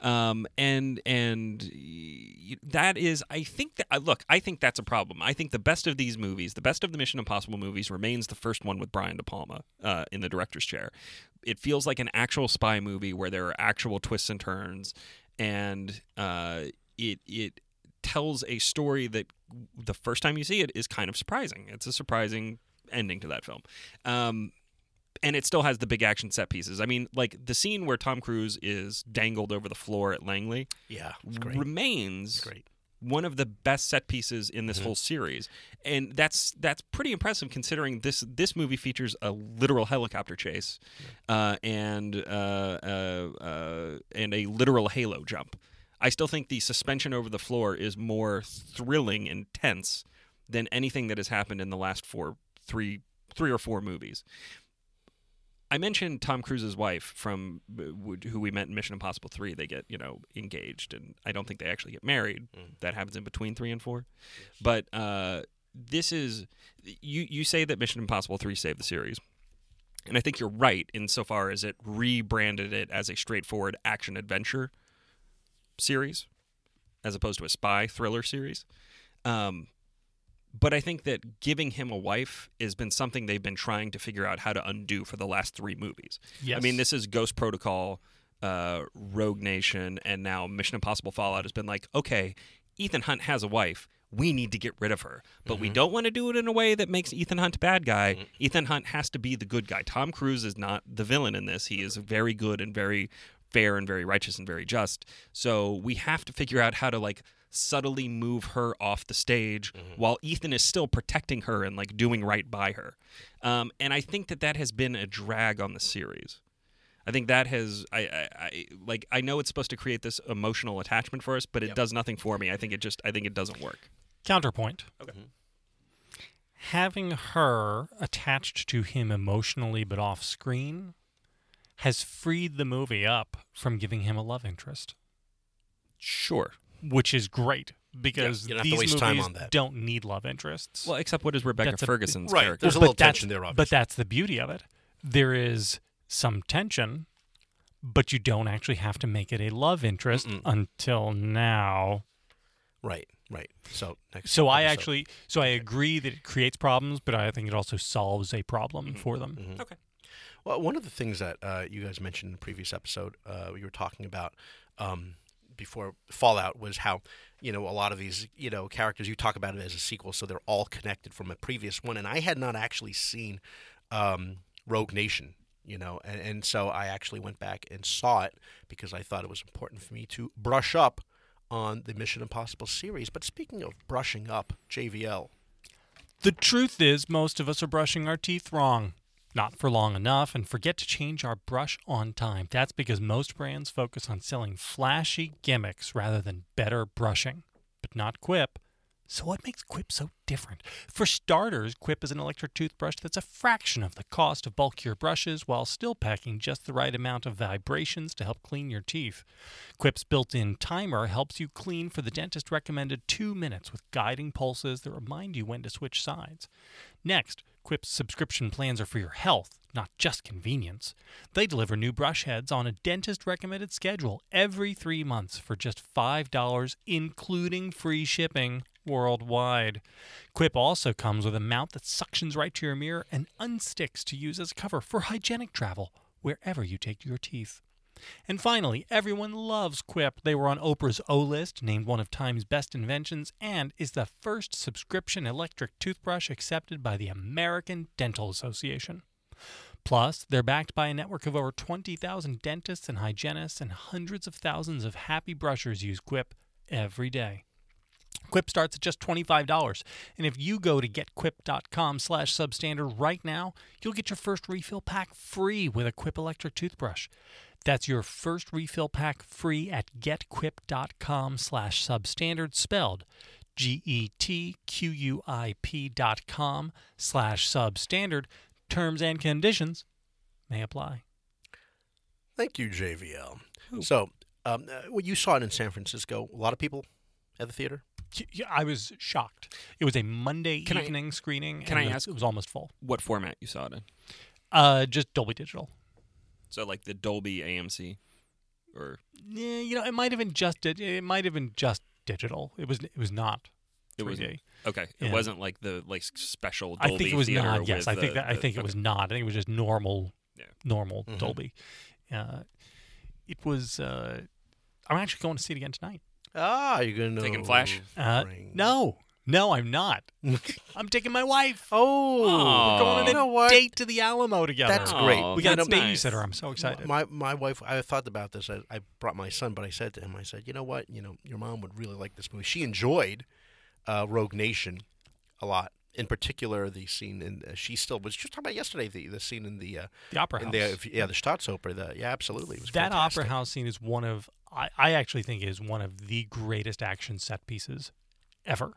S6: Um, and and y- that is, I think that uh, look, I think that's a problem. I think the best of these movies, the best of the Mission Impossible movies, remains the first one with Brian De Palma uh, in the director's chair. It feels like an actual spy movie where there are actual twists and turns, and uh, it it tells a story that the first time you see it is kind of surprising. It's a surprising ending to that film. Um, and it still has the big action set pieces. I mean, like the scene where Tom Cruise is dangled over the floor at Langley
S4: Yeah,
S6: remains
S4: great.
S6: one of the best set pieces in this whole series, and that's that's pretty impressive considering this this movie features a literal helicopter chase, uh, and uh, uh, uh, and a literal halo jump. I still think the suspension over the floor is more thrilling and tense than anything that has happened in the last four three three or four movies. I mentioned Tom Cruise's wife from uh, who we met in Mission Impossible 3. They get, you know, engaged and I don't think they actually get married. That happens in between 3 and 4. But uh, this is you you say that Mission Impossible 3 saved the series. And I think you're right insofar as it rebranded it as a straightforward action adventure series as opposed to a spy thriller series. Um, but I think that giving him a wife has been something they've been trying to figure out how to undo for the last three movies. I
S5: Yes.
S6: mean, this is Ghost Protocol, uh, Rogue Nation, and now Mission Impossible Fallout has been like, okay, Ethan Hunt has a wife. We need to get rid of her, but we don't want to do it in a way that makes Ethan Hunt a bad guy. Ethan Hunt has to be the good guy. Tom Cruise is not the villain in this. He is very good and very fair and very righteous and very just. So we have to figure out how to like subtly move her off the stage while Ethan is still protecting her and like doing right by her. Um, and I think that that has been a drag on the series. I think that has I, I, I like I know it's supposed to create this emotional attachment for us, but it does nothing for me. I think it just I think it doesn't work.
S5: Counterpoint. Okay. Having her attached to him emotionally but off screen has freed the movie up from giving him a love interest,
S6: Sure.
S5: which is great
S4: you
S5: because
S4: don't have to
S5: these
S4: waste
S5: movies
S4: time on that.
S5: don't need love interests.
S6: Well, except what is Rebecca
S5: That's a-
S6: Ferguson's
S4: Right.
S6: character?
S4: There's a
S5: But
S4: little
S5: that's-
S4: tension there, obviously.
S5: But that's the beauty of it. There is some tension, but you don't actually have to make it a love interest until now.
S4: Right, right. So next.
S5: So I
S4: episode.
S5: actually, so I agree that it creates problems, but I think it also solves a problem
S4: Mm-hmm.
S5: for them.
S4: Well, one of the things that uh, you guys mentioned in the previous episode, uh, we were talking about um, before Fallout was how you know a lot of these you know characters you talk about it as a sequel, so they're all connected from a previous one. And I had not actually seen um, Rogue Nation. You know, and, and so I actually went back and saw it because I thought it was important for me to brush up on the Mission Impossible series. But speaking of brushing up, JVL,
S5: The truth is, most of us are brushing our teeth wrong, not for long enough, and forget to change our brush on time. That's because most brands focus on selling flashy gimmicks rather than better brushing, but not Quip. So, what makes Quip so different? For starters, Quip is an electric toothbrush that's a fraction of the cost of bulkier brushes while still packing just the right amount of vibrations to help clean your teeth. Quip's built in timer helps you clean for the dentist recommended two minutes with guiding pulses that remind you when to switch sides. Next, Quip's subscription plans are for your health, not just convenience. They deliver new brush heads on a dentist recommended schedule every three months for just $5, including free shipping worldwide. Quip also comes with a mount that suctions right to your mirror and unsticks to use as a cover for hygienic travel wherever you take your teeth. And finally, everyone loves Quip. They were on Oprah's O List, named one of Time's best inventions, and is the first subscription electric toothbrush accepted by the American Dental Association. Plus, they're backed by a network of over 20,000 dentists and hygienists, and hundreds of thousands of happy brushers use Quip every day. Quip starts at just $25. And if you go to getquip.com slash substandard right now, you'll get your first refill pack free with a Quip electric toothbrush. That's your first refill pack free at getquip.com slash substandard spelled E G-E-T-Q-U-I-P dot com slash substandard. Terms and conditions may apply.
S4: Thank you, JVL. So, um, uh, well, you saw it in San Francisco. A lot of people at the theater.
S5: I was shocked. It was a Monday
S6: Can I-
S5: evening screening.
S6: can
S5: and
S6: I
S5: the-
S6: ask-
S5: It was almost full.
S6: What format you saw it in?
S5: Uh, just Dolby Digital.
S6: So like the Dolby AMC, or
S5: Yeah, you know, it might have been just di- it might have been just digital. It was it was not.
S6: it
S5: 3D.
S6: was okay.
S5: Yeah.
S6: It wasn't like the like special.
S5: I
S6: Dolby
S5: think it was
S6: theater
S5: not. Yes,
S6: with
S5: I think
S6: the-
S5: that, I
S6: the-
S5: think it
S6: okay.
S5: was not. I think it was just normal,
S6: Yeah. Mm-hmm.
S5: normal Dolby. Uh, it was. Uh, I'm actually going to see it again tonight.
S4: Ah, you're gonna
S6: Taking Flash?
S5: Uh,
S4: bring-
S5: no, no, I'm not. I'm taking my wife.
S4: Oh,
S6: Aw.
S5: Going on a
S4: you know what?
S5: date to the Alamo together.
S4: That's great.
S6: Aw,
S5: we got a
S6: Oh, that's nice.
S5: babysitter. I'm so excited.
S4: My my wife. I thought about this. I, I brought my son, but I said to him, I said, you know what? You know, your mom would really like this movie. She enjoyed uh, Rogue Nation a lot. In particular, the scene in uh, she still was just talking about yesterday. The, the scene in the uh,
S5: the opera
S4: in
S5: house.
S4: the if- yeah the Staatsoper. The yeah, absolutely. It was
S5: that
S4: fantastic.
S5: opera house scene is one of I, I actually think is one of the greatest action set pieces ever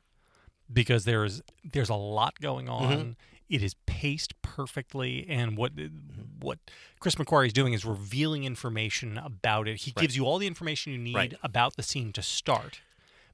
S5: because there's there's a lot going
S4: Mm-hmm.
S5: on It is paced perfectly and what
S4: Mm-hmm.
S5: what chris mcquarrie is doing is revealing information about it he gives you all the information you need
S4: Right.
S5: about the scene to start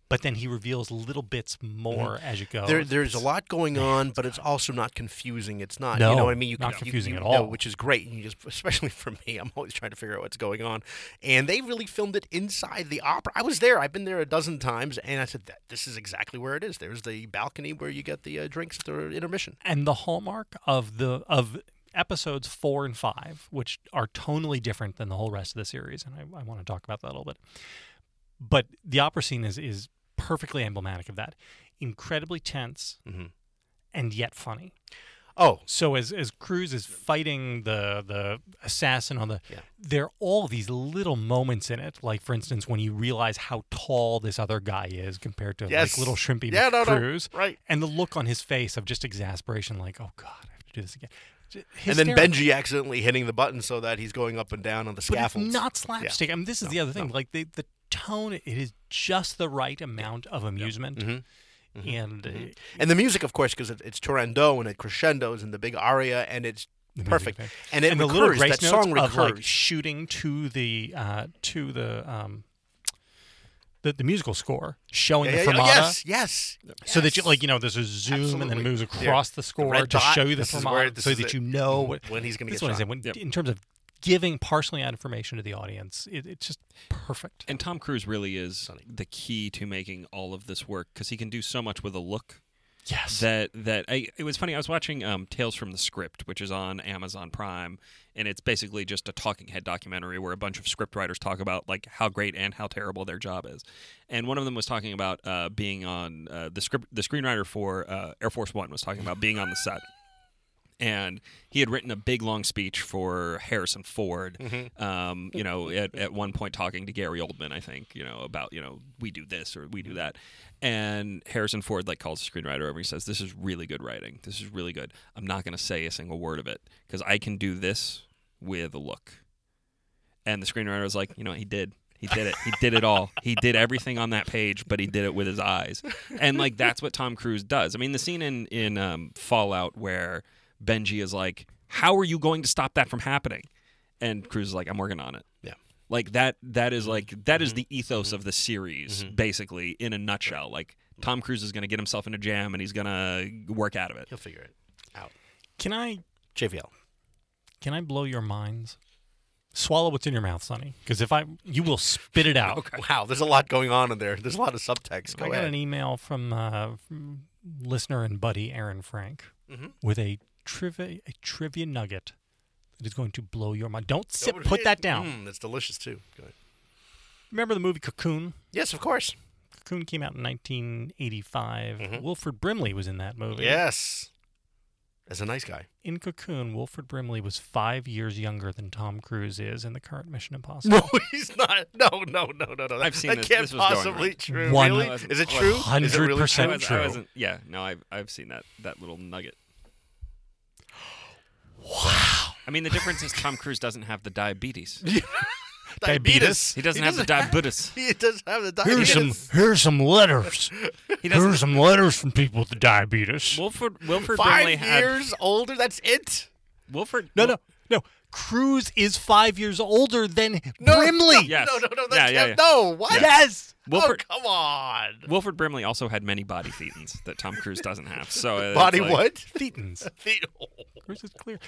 S5: but then he reveals little bits more as you go
S4: Mm-hmm. There, there's a lot going on, but it's also not confusing. It's not, you
S5: No,
S4: know what I mean? You
S5: not
S4: you-
S5: confusing
S4: you
S5: at
S4: know,
S5: all.
S4: which is great. You just, especially for me, I'm always trying to figure out what's going on. And they really filmed it inside the opera. I was there. I've been there a dozen times, and I said, that "This is exactly where it is." There's the balcony where you get the uh, drinks at the intermission.
S5: and the hallmark of the of episodes four and five, which are tonally different than the whole rest of the series, and I, I want to talk about that a little bit. But the opera scene is is perfectly emblematic of that. Incredibly tense and yet funny.
S4: Oh,
S5: So as as Cruz is fighting the the assassin on the,
S4: Yeah.
S5: there are all these little moments in it. Like for instance, when you realize how tall this other guy is compared to
S4: Yes.
S5: like little shrimpy
S4: Yeah, no, no.
S5: Cruz,
S4: Right.
S5: And the look on his face of just exasperation, like oh god, I have to do this again. J-
S4: and
S5: hysterical.
S4: then Benji accidentally hitting the button so that he's going up and down on the
S5: but it's
S4: scaffolds.
S5: not slapstick. I mean, this is the other thing. Like the the tone, it is just the right amount of amusement,
S4: Mm-hmm.
S5: and uh,
S4: And the music, of course, because it, it's Turandot and it crescendos and the big aria, and it's
S5: music
S4: perfect.
S5: there.
S4: And it
S5: and the
S4: recurs.
S5: little grace
S4: that
S5: notes
S4: song recurs.
S5: of like shooting to the uh, to the um, the, the musical score showing
S4: Yeah,
S5: the
S4: yeah, yeah. Oh,
S5: fermata.
S4: yes, yes.
S5: So that you
S4: yes.
S5: like you know there's a zoom and then
S4: Absolutely.
S5: it moves
S4: There.
S5: across
S4: The
S5: the score
S4: red
S5: to
S4: dot,
S5: show you the
S4: this is where-
S5: thermometer
S4: this
S5: so
S4: is
S5: that
S4: it. Mm-hmm.
S5: you know what,
S4: When he's gonna
S5: This
S4: get
S5: is what I
S4: shot.
S5: said, when-
S6: Yep.
S5: in terms of giving partially out information to the audience. It, it's just perfect.
S6: And Tom Cruise really is the key to making all of this work because he can do so much with a look.
S5: Yes.
S6: That that I, it was funny. I was watching um, Tales from the Script, which is on Amazon Prime, and it's basically just a talking head documentary where a bunch of script writers talk about like how great and how terrible their job is. And one of them was talking about uh, being on uh, the script. The screenwriter for uh, Air Force One was talking about being on the set and he had written a big long speech for Harrison Ford. Um, you know, at, at one point talking to Gary Oldman, I think, you know, about you know we do this or we do that, and Harrison Ford like calls the screenwriter over and he says, "This is really good writing. This is really good. I'm not going to say a single word of it because I can do this with a look." And the screenwriter was like, "You know, he did." He did it. He did it all. He did everything on that page, but he did it with his eyes. And like that's what Tom Cruise does. I mean, the scene in in um, Fallout where Benji is like, "How are you going to stop that from happening?" And Cruz is like, "I'm working on it."
S4: Yeah.
S6: Like that that is like that is the ethos of the series basically in a nutshell. Like Tom Cruise is going to get himself in a jam and he's going to work out of it.
S4: He'll figure it out.
S5: Can I
S4: JVL.
S5: can I blow your minds? Swallow what's in your mouth, Sonny, because if I you will spit it out.
S4: Wow, there's a lot going on in there. There's a lot of subtext. Go
S5: I got
S4: ahead.
S5: an email from, uh, from listener and buddy Aaron Frank with a trivia a trivia nugget that is going to blow your mind. Don't sip, put that down.
S4: Mm, it's delicious too. Go ahead.
S5: Remember the movie Cocoon?
S4: Yes, of course.
S5: Cocoon came out in 1985. Wilfred Brimley was in that movie.
S4: Yes. As a nice guy.
S5: In Cocoon, Wilfred Brimley was five years younger than Tom Cruise is in the current Mission Impossible.
S4: he's not. No, no, no, no, no.
S6: I've seen
S4: that
S6: this.
S4: can't
S6: This was going
S4: possibly
S6: around.
S4: true.
S5: One
S4: really?
S6: thousand-
S4: Is it true? Is it really
S5: 100%
S6: I,
S4: true?
S6: was,
S5: true.
S6: I wasn't yeah, no, I've I've seen that that little nugget. Wow. I mean, the difference is Tom Cruise doesn't have the diabetes.
S4: Diabetes.
S6: He doesn't have the diabetes.
S4: He does have the
S5: Here's
S4: diabetes.
S5: some here's some letters.
S6: He
S5: Here's
S6: doesn't.
S5: some letters from people with the diabetes.
S6: Wilford Wilford
S4: Five
S6: Brimley had
S4: years older. That's it.
S6: Wilford
S5: No, no, no. Cruise is five years older than
S4: No,
S5: Brimley.
S4: No,
S6: Yes.
S4: no, no, no.
S6: Yeah,
S4: That's,
S6: yeah, yeah.
S4: No. What?
S5: Yes.
S6: Wilford-
S4: Oh, come on.
S6: Wilford Brimley also had many body thetans that Tom Cruise doesn't have. So it's
S4: Body
S6: like-
S4: what?
S5: Thetans.
S4: The,
S5: Cruise is clear.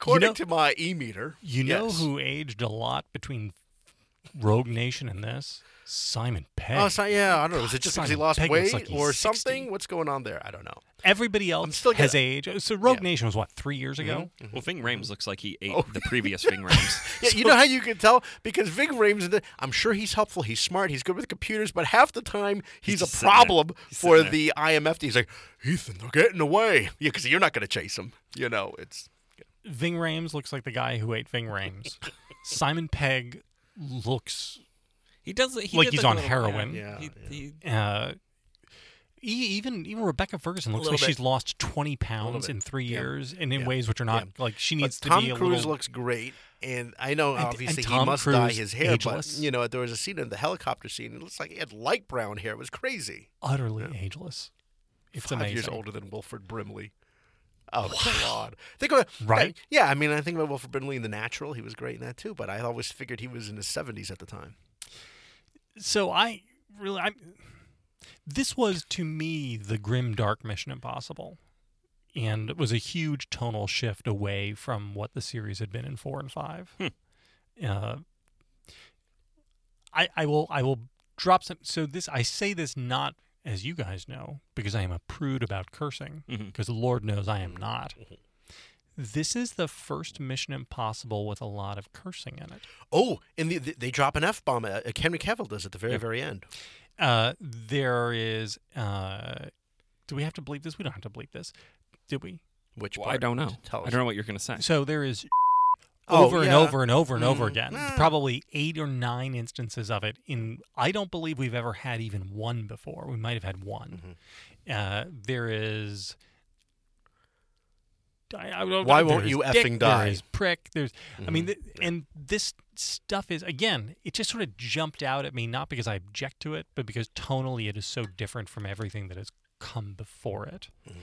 S4: according
S5: You know-
S4: to my e meter.
S5: You know
S4: Yes.
S5: who aged a lot between Rogue Nation and this? Simon Pegg.
S4: Oh, so, yeah. I don't know. Is it just because he
S5: Simon
S4: lost
S5: Pegg looks
S4: weight
S5: like he's
S4: or
S5: 60.
S4: something? What's going on there? I don't know.
S5: Everybody else
S4: still
S5: has
S4: gonna-
S5: aged. So Rogue
S4: Yeah.
S5: Nation was what three years ago.
S6: Well, Ving Rames looks like he ate the previous Ving Rames.
S4: Yeah, you know how you can tell because Vic Rames. the- I'm sure he's helpful. He's smart. He's good with computers. But half the time, he's,
S6: just
S4: a
S6: sitting there.
S4: problem
S6: He's
S4: for
S6: sitting
S4: the IMF. He's like, Ethan, they're getting away. Yeah, because you're not going to chase him. You know, it's Mm-hmm.
S5: Ving Rames looks like the guy who ate Ving Rames. Simon Pegg looks
S6: He does. He
S5: Like
S6: did
S5: he's
S6: a
S5: on
S6: little-
S5: heroin.
S6: Yeah, he- he-
S5: uh, e- even even Rebecca Ferguson looks
S4: little
S5: like
S4: bit.
S5: she's lost twenty pounds
S4: bit.
S5: in three
S4: Yeah.
S5: years, and in
S4: Yeah.
S5: ways which are not like she needs
S4: but
S5: to
S4: Tom
S5: be a
S4: Cruise
S5: little.
S4: looks great, and I know
S5: and
S4: obviously he
S5: Tom
S4: must dye
S5: Cruise,
S4: his hair,
S5: ageless.
S4: but you know there was a scene in the helicopter scene. It looks like he had light brown hair. It was crazy.
S5: utterly ageless. It's
S4: Five
S5: amazing.
S4: years older than Wilford Brimley. Oh come on! Think about
S5: Right?
S4: Yeah, I mean, I think about Wilford Brimley in The Natural. He was great in that too, but I always figured he was in his seventies at the time.
S5: So I really, I this was to me the grim dark Mission Impossible, and it was a huge tonal shift away from what the series had been in four and five.
S4: Hmm.
S5: Uh, I I will I will drop some. So this I say this not as you guys know because I am a prude about cursing
S4: Mm-hmm.
S5: because the Lord knows I am not. This is the first Mission Impossible with a lot of cursing in it.
S4: Oh, and the, the, they drop an F bomb. Uh, uh, Henry Cavill does at the very, very end.
S5: Uh, there is. Uh, do we have to bleep this? We don't have to bleep this, did we?
S4: Which
S6: well,
S4: part?
S6: I don't know.
S4: Tell us.
S6: I don't know what you're going to say.
S5: So there is
S4: Oh,
S5: over and
S4: yeah.
S5: over and over and over
S4: Mm.
S5: again.
S4: Ah.
S5: Probably eight or nine instances of it. In I don't believe we've ever had even one before. We might have had one.
S4: Mm-hmm.
S5: Uh, there is. I, I don't,
S4: Why won't
S5: there's
S4: you
S5: dick,
S4: effing die? Mm-hmm.
S5: There is prick. There's. I mean, th- and this stuff is again. It just sort of jumped out at me, not because I object to it, but because tonally it is so different from everything that has come before it.
S4: Mm-hmm.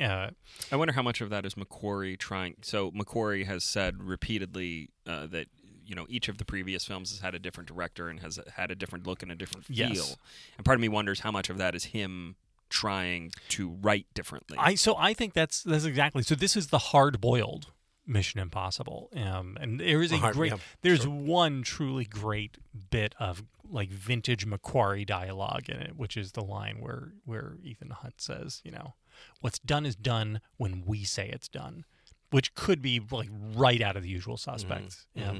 S5: Uh,
S6: I wonder how much of that is Macquarie trying. So Macquarie has said repeatedly uh, that you know each of the previous films has had a different director and has had a different look and a different feel.
S5: Yes.
S6: And part of me wonders how much of that is him trying to write differently.
S5: I so I think that's that's exactly so. This is the hard boiled Mission Impossible, um, and there is a
S4: Hard,
S5: great.
S4: yeah,
S5: there's one truly great bit of like vintage Macquarie dialogue in it, which is the line where where Ethan Hunt says, you know, what's done is done when we say it's done, which could be like right out of the Usual Suspects. Yeah.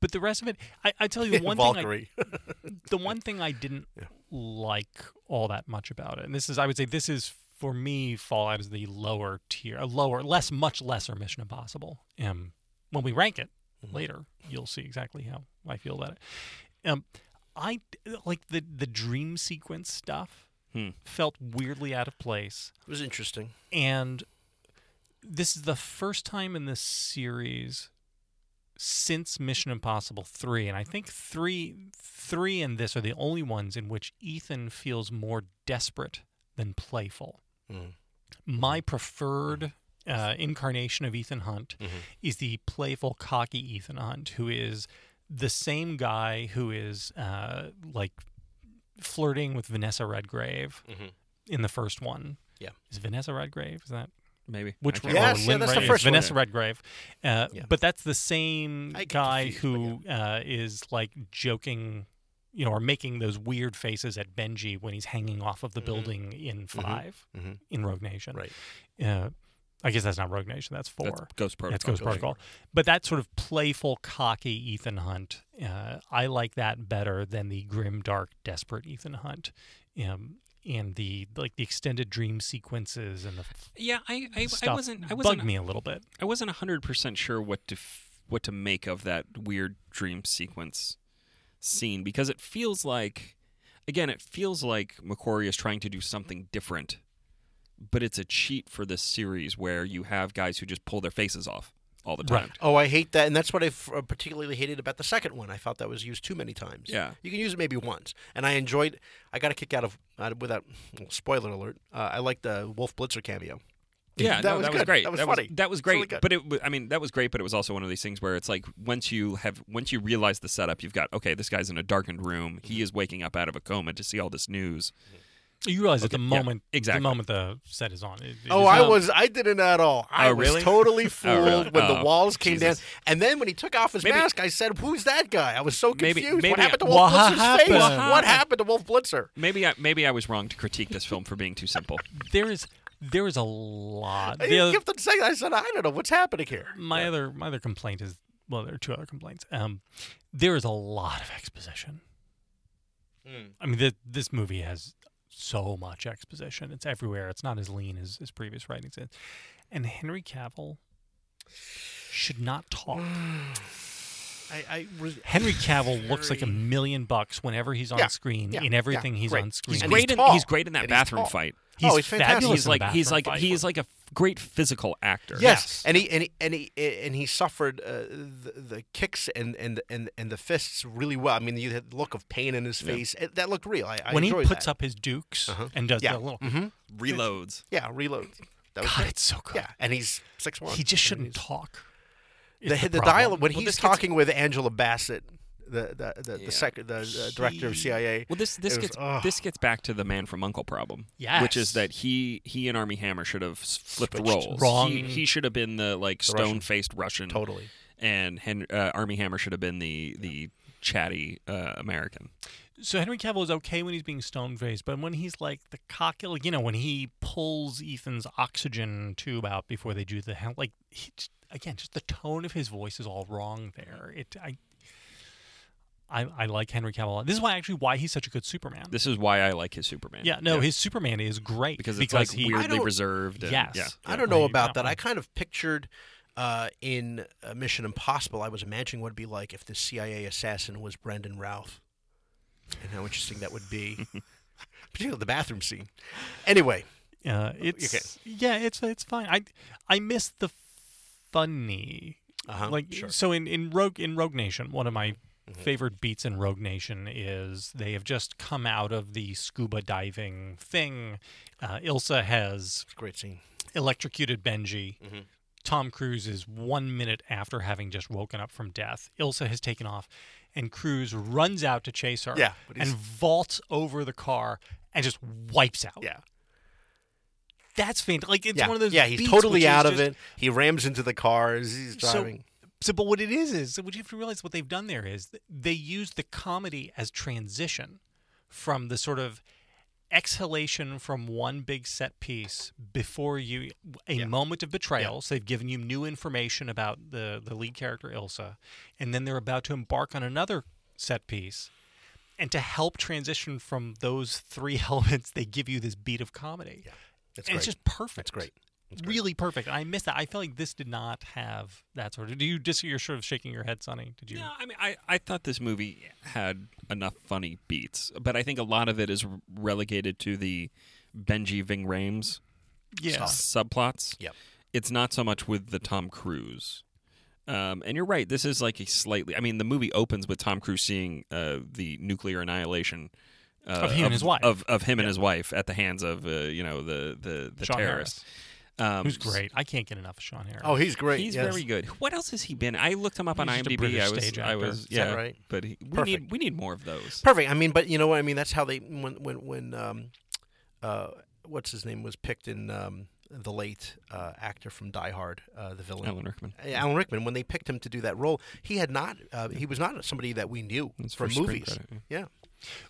S5: But the rest of it, I, I tell you, one thing I-
S4: Mm-hmm. Valkyrie.
S5: the one thing I didn't like all that much about it, and this is, I would say, this is for me, Fallout is the lower tier, a lower, less, much lesser Mission Impossible. Um, when we rank it later, you'll see exactly how I feel about it. Um, I like the the dream sequence stuff
S6: Hmm.
S5: felt weirdly out of place
S4: It was interesting.
S5: and this is the first time in this series since Mission Impossible 3 and I think 3 3 and this are the only ones in which Ethan feels more desperate than playful. My preferred uh, incarnation of Ethan Hunt is the playful cocky Ethan Hunt who is the same guy who is uh, like flirting with Vanessa Redgrave in the first one
S4: Yeah.
S5: is Vanessa Redgrave. Is that
S6: Maybe
S5: which
S6: I
S5: one?
S6: can't
S4: Yes, yeah,
S6: remember.
S5: Lynn
S4: that's the
S5: Redgrave.
S4: first one.
S5: Vanessa Redgrave. Uh, But that's the same
S4: I get
S5: guy who
S4: confused,
S5: uh, is like joking, you know, or making those weird faces at Benji when he's hanging off of the
S4: Mm-hmm.
S5: building in 5 in Rogue Nation.
S4: Right.
S5: Uh, I guess that's not Rogue Nation. That's four.
S6: That's Ghost Protocol.
S5: That's Ghost Protocol. But that sort of playful, cocky Ethan Hunt, uh, I like that better than the grim, dark, desperate Ethan Hunt, um, and the like the extended dream sequences and the f-
S6: Yeah, I, I,
S5: stuff
S6: I wasn't. I wasn't.
S5: bugged me a little bit.
S6: I wasn't hundred percent sure what to f- what to make of that weird dream sequence scene because it feels like, again, it feels like Macquarie is trying to do something different, but it's a cheat for this series where you have guys who just pull their faces off all the time.
S5: Right.
S4: Oh, I hate that, and that's what I f- uh, particularly hated about the second one. I felt that was used too many times.
S6: Yeah.
S4: you can use it maybe once, and I enjoyed. I got a kick out of uh, without well, spoiler alert. Uh, I liked the Wolf Blitzer cameo.
S6: Yeah,
S4: That
S6: no,
S4: was
S6: that was
S4: good.
S6: great.
S4: That was funny.
S6: that was
S4: It's
S6: great.
S4: really good.
S6: but it, wa- I mean, that was great. But it was also one of these things where it's like once you have, once you realize the setup, you've got okay, this guy's in a darkened room.
S4: Mm-hmm.
S6: He is waking up out of a coma to see all this news.
S5: You realize at the
S6: Okay, yeah,
S5: moment,
S6: exactly.
S5: the moment the set is on. It, it
S4: Oh,
S5: is-
S4: I
S6: Um,
S4: was. I didn't at all. I
S6: Oh,
S4: was
S6: really?
S4: totally fooled
S6: Oh, really?
S4: when the
S6: Oh,
S4: walls came
S6: Jesus.
S4: down. And then when he took off his
S6: Maybe-
S4: mask, I said, "Who's that guy?" I was so
S6: Maybe-
S4: confused. what
S6: maybe-
S4: happened to Wolf
S5: What
S4: Blitzer's face?
S5: happened?
S4: What happened to Wolf Blitzer?
S6: Maybe I, maybe I was wrong to critique this film for being too simple.
S5: there is there is a lot.
S4: I
S5: The other-
S4: kept on saying. I said, "I don't know what's happening here."
S5: my other my other complaint is well, there are two other complaints. Um, there is a lot of exposition.
S4: Hmm.
S5: I mean, th- this movie has so much exposition. It's everywhere. It's not as lean as his previous writings. is. And Henry Cavill should not talk.
S4: I, I was.
S5: Henry Cavill looks like a million bucks whenever he's on
S4: Yeah,
S5: screen
S4: yeah,
S5: in everything
S4: yeah,
S5: he's
S4: great.
S5: on screen.
S4: And
S6: great
S4: he's
S6: in,
S4: tall.
S6: he's great in that
S4: And he's
S6: bathroom
S4: tall.
S6: fight.
S5: He's
S4: Oh, he's fantastic.
S5: fabulous
S6: He's
S5: in
S6: like
S5: the
S6: he's
S5: bathroom
S6: like
S5: fight.
S6: he's like a f- great physical actor.
S5: Yes.
S4: Yes. and he and he and he and he suffered uh, the, the kicks and, and and and the fists really well. I mean, you had the look of pain in his face It- that looked real. I, I
S5: when he
S4: enjoyed
S5: puts
S4: that. Uh-huh.
S5: up his dukes and does
S4: Yeah.
S5: the little
S6: Reloads.
S4: yeah, reload. That was
S5: God,
S4: great.
S5: it's so good.
S4: yeah, and he's six one.
S5: He just shouldn't talk. is
S4: the,
S5: the
S4: the,
S5: problem.
S4: dialogue when
S6: Well,
S4: he's
S6: this gets-
S4: talking with Angela Bassett, the the the,
S6: Yeah.
S4: the, sec, the uh, director of CIA.
S6: Well, this this
S4: it was-
S6: gets
S4: ugh.
S6: this gets back to the man from Uncle problem. which
S5: Yes.
S6: is that he he and Army Hammer should have s- flipped the roles.
S5: Wrong.
S6: He, he should have been the like stone faced Russian.
S4: Totally.
S6: And Hen- uh, Army Hammer should have been the the chatty uh, American.
S5: So Henry Cavill is okay when he's being stone faced, but when he's like the cocky, like, you know, when he pulls Ethan's oxygen tube out before they do the hell, like he, j- again, just the tone of his voice is all wrong there. It I. I, I like Henry Cavill. a lot. This is why actually why he's such a good Superman.
S6: This is why I like his Superman.
S5: yeah, no, his Superman is great
S6: because it's
S5: because
S6: like
S5: he
S6: weirdly
S4: don't-
S6: reserved. And,
S5: Yes.
S6: yeah,
S4: I don't know
S5: Like,
S4: about
S5: that
S4: that. I
S5: one.
S4: kind of pictured uh, in uh, Mission Impossible, I was imagining what it'd be like if the CIA assassin was Brendan Routh, and how interesting that would be, particularly the bathroom scene. Anyway,
S5: Uh, it's yeah, it's it's fine. I I miss the funny.
S4: Uh-huh,
S5: Like
S4: sure. Mm-hmm.
S5: so in in Rogue in Rogue Nation, one of my favorite beats in Rogue Nation is they have just come out of the scuba diving thing. Uh, Ilsa has
S4: it's a great scene. Mm-hmm.
S5: electrocuted Benji. Tom Cruise is one minute after having just woken up from death. Ilsa has taken off, and Cruise runs out to chase her
S4: Yeah, but he's-
S5: and vaults over the car and just wipes out.
S4: Yeah.
S5: That's fantastic. Like, it's
S4: yeah.
S5: one of those.
S4: yeah, he's
S5: beats which
S4: totally
S5: is
S4: out of
S5: just-
S4: it. He rams into the car as he's driving.
S5: So, so, but what it is is what you have to realize what they've done there is th- they use the comedy as transition from the sort of exhalation from one big set piece before you a moment of betrayal. So they've given you new information about the the lead character Ilsa, and then they're about to embark on another set piece. And to help transition from those three elements, they give you this beat of comedy. Yeah,
S4: That's
S5: and it's
S4: great.
S5: just perfect.
S4: It's great.
S5: Really perfect. I miss that. I feel like this did not have that sort of. Do you just you're sort of shaking your head, Sonny? Did you?
S6: No, I mean, I, I thought this movie had enough funny beats, but I think a lot of it is relegated to the Benji Ving Rames
S5: Yeah.
S6: subplots.
S4: Yep.
S6: It's not so much with the Tom Cruise. Um, and you're right. This is like a slightly. I mean, the movie opens with Tom Cruise seeing uh, the nuclear annihilation uh,
S5: Of him and his wife.
S6: Of, of him and his wife at the hands of uh, you know the the, the
S5: Sean
S6: terrorist. Um,
S5: Who's great. I can't get enough of Sean Harris.
S4: Oh, he's great.
S6: He's
S4: yes.
S6: very good. What else has he been? I looked him up on
S5: He's just a
S6: IMDb.
S5: British
S6: I was,
S5: stage
S6: I
S5: actor.
S6: was,
S5: Is
S6: yeah,
S4: that right?
S6: But he, we
S4: Perfect.
S6: need we need more of those.
S4: Perfect. I mean, but you know what I mean. That's how they when when when um, uh, what's his name was picked in um, the late uh, actor from Die Hard, uh, the villain
S6: Alan Rickman.
S4: Uh, Alan Rickman. When they picked him to do that role, he had not. Uh, he was not somebody that we knew
S6: His
S4: from
S6: first screen
S4: movies.
S6: credit,
S4: yeah.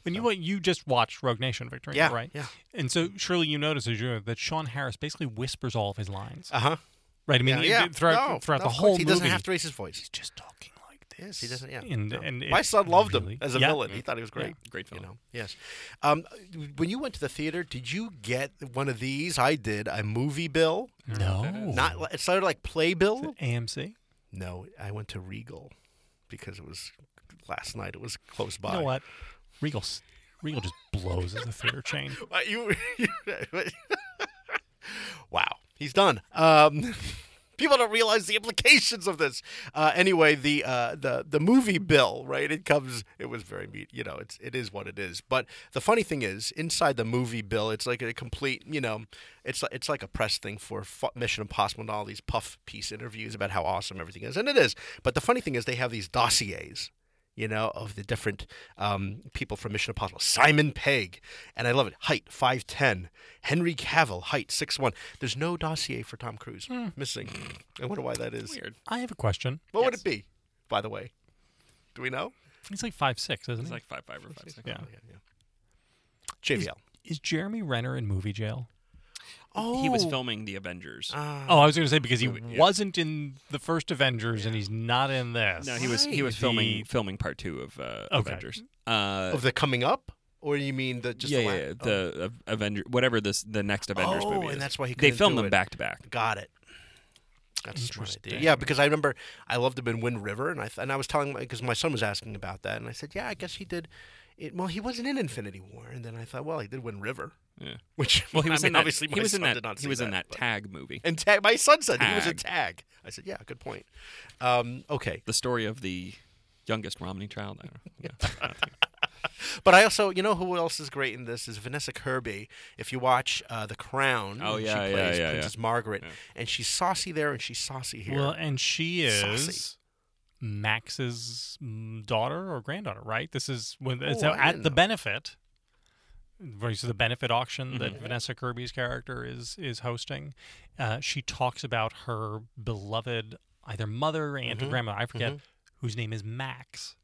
S5: And you what you just watched Rogue Nation, Victorina,
S4: Yeah,
S5: right?
S4: yeah.
S5: And so surely you notice as you know, that Sean Harris basically whispers all of his lines,
S4: Uh huh.
S5: right? I mean,
S4: Yeah.
S5: it-
S4: yeah.
S5: it- throughout
S4: No,
S5: throughout
S4: no,
S5: the
S4: of course.
S5: whole
S4: he
S5: movie,
S4: doesn't have to raise his voice.
S5: he's just talking like this.
S4: Yes, he doesn't. Yeah.
S5: And
S4: no.
S5: and
S4: my
S5: it
S4: son loved
S5: really-
S4: him as a
S5: yeah.
S4: villain. He thought he was great.
S6: Great
S4: You
S6: film.
S4: know, yes. Um, when you went to the theater, did you get one of these? I did. A movie bill.
S5: No.
S4: Not. li- It started like playbill.
S5: AMC.
S4: No, I went to Regal because it was last night. It was close by.
S5: You know what? Regal s- Regal just blows as a theater chain.
S4: Uh, you- you- wow, he's done. Um, people don't realize the implications of this. Uh, anyway, the uh, the the movie bill, right? It comes. It was very meat. You know, it's it is what it is. But the funny thing is, inside the movie bill, it's like a complete. You know, it's like it's like a press thing for fu- Mission Impossible and all these puff piece interviews about how awesome everything is, and it is. But the funny thing is, they have these dossiers you know, of the different um, people from Mission Impossible. Simon Pegg, and I love it. Height five ten. Henry Cavill, height six one. There's no dossier for Tom Cruise missing. I wonder why that is.
S6: Weird.
S5: I have a question.
S4: What would it be? By the way, do we know?
S5: He's like five six, isn't
S6: It's
S5: he?
S6: like five five or five six.
S5: yeah.
S4: JVL.
S5: Is Jeremy Renner in movie jail?
S4: Oh,
S6: He was filming the Avengers.
S4: Ah,
S5: Oh, I was going to say because
S6: Uh,
S5: he wasn't in the first Avengers and he's not in this.
S6: no, he was he was
S5: The-
S6: filming filming part two of uh,
S5: Okay.
S6: Avengers. Uh,
S4: of the coming up, or you mean the Mm-hmm. Oh, just
S6: yeah,
S4: the, la-
S6: yeah, yeah, the uh, Avenger, whatever this the next Avengers
S4: Oh,
S6: movie.
S4: and
S6: is.
S4: that's why he
S6: they
S4: couldn't
S6: filmed
S4: do
S6: them
S4: it.
S6: back to back.
S4: Got it. That's a smart idea.
S5: Interesting.
S4: Yeah, because I remember I loved him in Wind River, and I th- and I was telling because my son was asking about that, and I said, yeah, I guess he did. It, well, he wasn't in Infinity War, and then I thought, well, he did Wind River,
S6: Yeah.
S4: which
S6: Well, he
S4: I
S6: was
S4: mean,
S6: in that.
S4: obviously my
S6: he was
S4: son
S6: in that.
S4: did not
S6: he
S4: see
S6: was in that
S4: but-
S6: tag movie.
S4: and tag. My son said he was in
S6: Tag.
S4: Tag. I said, yeah, good point. Um, okay,
S6: The story of the youngest Romney child. I don't know. Yeah.
S4: but I also, you know, who else is great in this is Vanessa Kirby. If you watch uh, The Crown,
S6: Oh,
S4: she
S6: yeah, yeah,
S4: plays
S6: yeah, yeah.
S4: Princess Margaret, and she's saucy there and she's saucy here.
S5: Well, and she is
S4: Saucy.
S5: Max's mm, daughter or granddaughter, right? This is when it's
S4: Oh, I
S5: at
S4: didn't
S5: the
S4: know.
S5: benefit. Right, so the benefit auction
S4: Mm-hmm.
S5: that Vanessa Kirby's character is is hosting, uh, she talks about her beloved either mother, aunt,
S4: Mm-hmm.
S5: or grandma. I forget whose name is Max,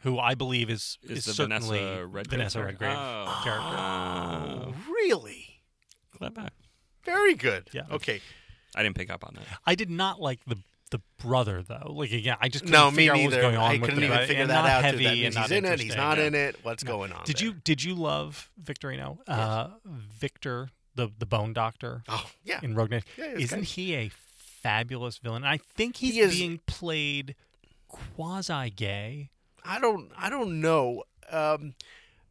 S5: who I believe is
S6: Is
S5: is,
S6: the Vanessa
S5: certainly
S6: Redgrave
S5: Vanessa
S6: character?
S5: Redgrave
S6: Oh.
S5: character.
S6: Uh,
S4: really,
S6: clever.
S4: very good.
S5: Yeah.
S4: Okay.
S6: I didn't pick up on that.
S5: I did not like the the brother though. Like again, I just couldn't
S4: No, me
S5: figure out what
S4: neither.
S5: was going on
S4: I
S5: with
S4: couldn't
S5: it.
S4: even
S5: And
S4: figure that
S5: not
S4: out. too.
S5: Heavy
S4: That means
S5: and not
S4: he's in it. He's
S5: interesting.
S4: not
S5: Yeah.
S4: in it. What's going on?
S5: Did
S4: there?
S5: you did you love Victorino? Uh, Victor, the the bone doctor
S4: Oh, yeah.
S5: in Rogue Nation.
S4: Yeah, it's
S5: Isn't
S4: good.
S5: he a fabulous villain? I think he's
S4: He is-
S5: being played quasi gay.
S4: I don't. I don't know. Um,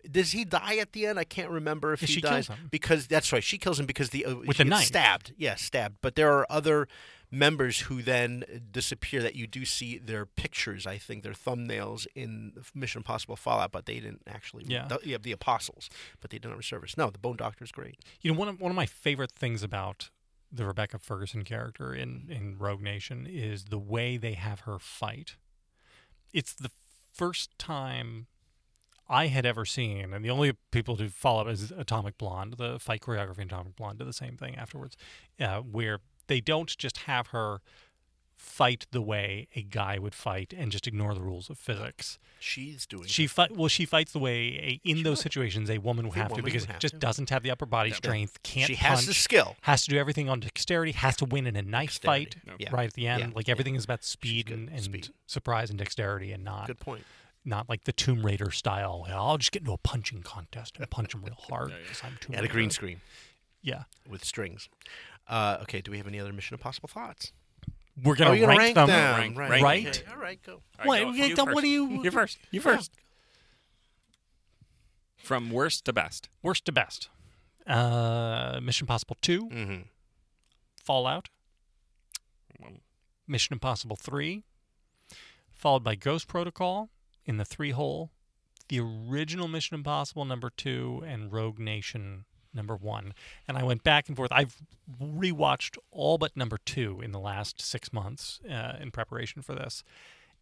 S4: does he die at the end? I can't remember if
S5: Yeah,
S4: he
S5: she
S4: dies
S5: kills him.
S4: because that's right. She kills him because the uh,
S5: With
S4: she
S5: a
S4: gets
S5: knife.
S4: stabbed. Yeah, stabbed. But there are other members who then disappear. That you do see their pictures. I think their thumbnails in Mission Impossible Fallout, but they didn't actually.
S5: Yeah.
S4: The, yeah, the Apostles, but they didn't resurface. No, the Bone Doctor's great.
S5: You know, one of one of my favorite things about the Rebecca Ferguson character in in Rogue Nation is the way they have her fight. It's the first time I had ever seen, and the only people who follow up is Atomic Blonde. The fight choreography in Atomic Blonde did the same thing afterwards, uh, where they don't just have her fight the way a guy would fight and just ignore the rules of physics.
S4: She's doing
S5: She fight well. She fights the way a, in those situations a woman will
S4: A
S5: have to
S4: woman
S5: because
S4: would
S5: it
S4: have
S5: just
S4: to.
S5: doesn't have the upper body strength. Can't
S4: She has
S5: punch,
S4: the skill.
S5: Has to do everything on dexterity. Has to win in a knife
S4: Dexterity.
S5: fight
S4: No. Yeah.
S5: right at the end.
S4: Yeah.
S5: Like
S4: Yeah.
S5: everything is about speed
S4: good.
S5: and, and
S4: Speed.
S5: surprise and dexterity, and not
S4: good point.
S5: not like the Tomb Raider style. "Well, I'll just get into a punching contest and punch him real hard because I'm Tomb
S4: And a green
S5: Raider."
S4: screen
S5: Yeah,
S4: with strings. Uh, okay, do we have any other Mission Impossible thoughts?
S5: we're gonna,
S4: oh, you're gonna
S5: rank, them.
S4: them,
S6: Rank-
S4: right?
S5: rank.
S4: Okay, All right, go.
S6: All
S5: What?
S6: go.
S5: You don't- what
S6: first.
S5: do you-
S6: You first. You first. From worst to best.
S5: Worst to best. Uh, Mission Impossible 2
S4: Mm-hmm.
S5: Fallout.
S6: Mm.
S5: Mission Impossible 3, followed by Ghost Protocol in the three hole, the original Mission Impossible number two, and Rogue Nation number one. And I went back and forth. I've rewatched all but number two in the last six months uh, in preparation for this.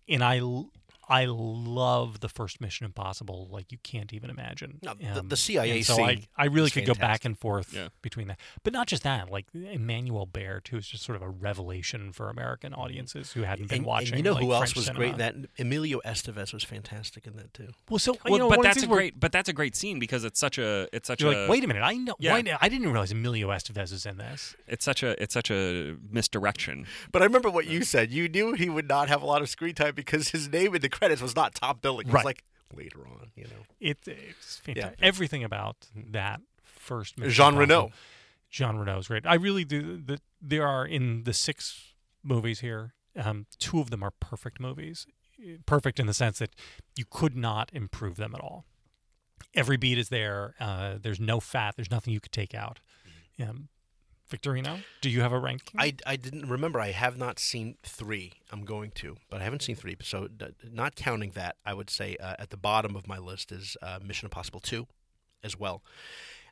S5: And I. l- I love the first Mission Impossible, like you can't even imagine.
S4: No, the-
S5: Um,
S4: the CIA
S5: and So I,
S4: scene
S5: I really
S4: is
S5: could go back
S4: fantastic.
S5: and forth
S6: Yeah.
S5: between that. But not just that, like Emmanuel Baird, who is just sort of a revelation for American audiences who hadn't
S4: Mm-hmm.
S5: been
S4: And,
S5: watching.
S4: and you know
S5: like,
S4: who else
S5: French
S4: was
S5: cinema.
S4: great in that? Emilio Estevez was fantastic in that too.
S5: Well, so Oh, you
S6: Well,
S5: know,
S6: but
S5: one of the
S6: that's a
S5: things where
S6: great. But that's a great scene because it's such a. It's such
S5: You're
S6: a.
S5: like, wait a minute, I know.
S6: Yeah.
S5: Why, did- I didn't realize Emilio Estevez is in this.
S6: It's such a. It's such a misdirection.
S4: But I remember what you said. You knew he would not have a lot of screen time because his name in the credits was not top billing. It was
S5: Right.
S4: like later on, you know.
S5: It, it's fantastic. Everything about that first Mission
S4: Jean
S5: Impossible-
S4: Reno.
S5: Jean Reno is great. I really do. The, there are in the six movies here, um, two of them are perfect movies. Perfect in the sense that you could not improve them at all. Every beat is there. Uh, there's no fat. There's nothing you could take out. Um, Victorino, do you have a ranking?
S4: Mm-hmm. I, I didn't remember. I have not seen three. I'm going to, but I haven't seen three. So d- not counting that, I would say uh, at the bottom of my list is uh, Mission Impossible Two, as well.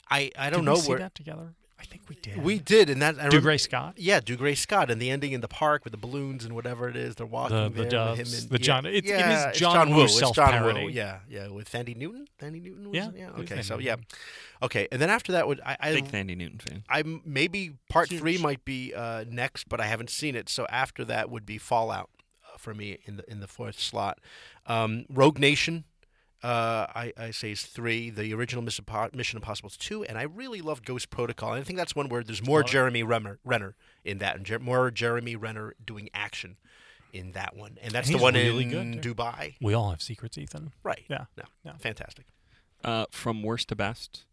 S4: I, I don't
S5: did
S4: know
S5: we see
S4: where
S5: that together. I think we did.
S4: we did, and that I
S5: do
S4: remember-
S5: Gray Scott.
S4: Yeah, do Gray Scott and the ending in the park with the balloons and whatever it is they're walking
S5: The- the
S4: there. with
S5: doves,
S4: him and,
S5: the
S4: yeah,
S5: John- it's- it is
S4: yeah,
S5: John Woo
S4: Woo. It's John Woo.
S5: self-parody.
S4: Yeah, yeah, with Thandie Newton. Thandie Newton. Was
S5: Yeah,
S4: it? yeah.
S5: it was
S4: Okay,
S5: Thandie
S4: so
S5: Newton.
S4: yeah, okay, and then after that would I, I
S6: Big Thandie Newton fan.
S4: I m- maybe part three might be uh, next, but I haven't seen it. So after that would be Fallout uh, for me in the in the fourth slot. Um, Rogue Nation, uh, I, I say is three. The original Mission, Impo- Mission Impossible is two, and I really loved Ghost Protocol. And I think that's one where there's more Jeremy Renner, Renner in that, and Jer- more Jeremy Renner doing action in that one. And that's
S5: And
S4: the
S5: he's
S4: one
S5: really
S4: in
S5: good, too.
S4: Dubai,
S5: We all have secrets, Ethan.
S4: right?
S5: Yeah.
S4: no,
S5: Yeah.
S4: fantastic.
S6: Uh, from worst to best,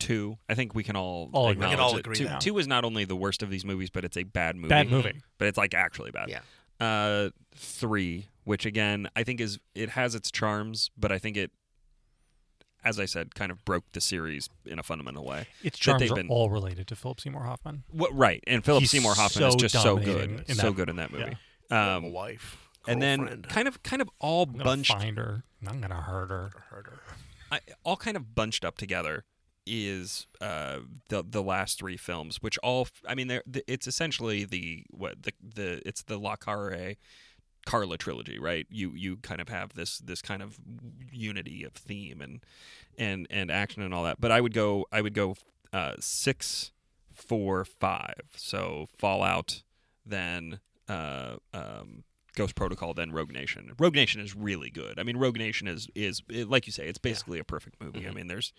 S6: two. I think we can all,
S5: All agree.
S6: acknowledge
S5: We
S4: can all
S6: it.
S4: agree
S6: Two,
S5: that.
S6: two is not only the worst of these movies, but it's a bad movie.
S5: Bad
S6: Mm-hmm.
S5: movie.
S6: But it's like actually bad.
S4: Yeah.
S6: Uh, three, which again I think is it has its charms, but I think it, as I said, kind of broke the series in a fundamental way.
S5: Its
S6: That
S5: charms
S6: they've
S5: are
S6: been-
S5: all related to Philip Seymour Hoffman.
S6: What right? And Philip
S5: He's
S6: Seymour Hoffman is
S5: so
S6: just so
S5: dominating
S6: good,
S5: in
S6: so
S5: that-
S6: good in that movie.
S4: My
S6: Um,
S4: wife,
S6: and then
S4: girlfriend,
S6: kind of kind of all
S5: I'm gonna
S6: bunched
S5: find her. and I'm gonna hurt her.
S4: herder.
S6: I, all kind of bunched up together is uh, the the last three films, which all f- I mean, they're, th- it's essentially the what the the it's the La Carre Carla trilogy, right? You you kind of have this this kind of unity of theme and and and action and all that. But I would go I would go uh, six, four, five. So Fallout, then uh, um, Ghost Protocol, then Rogue Nation. Rogue Nation is really good. I mean, Rogue Nation is is it, like you say, it's basically a perfect movie. I mean, there's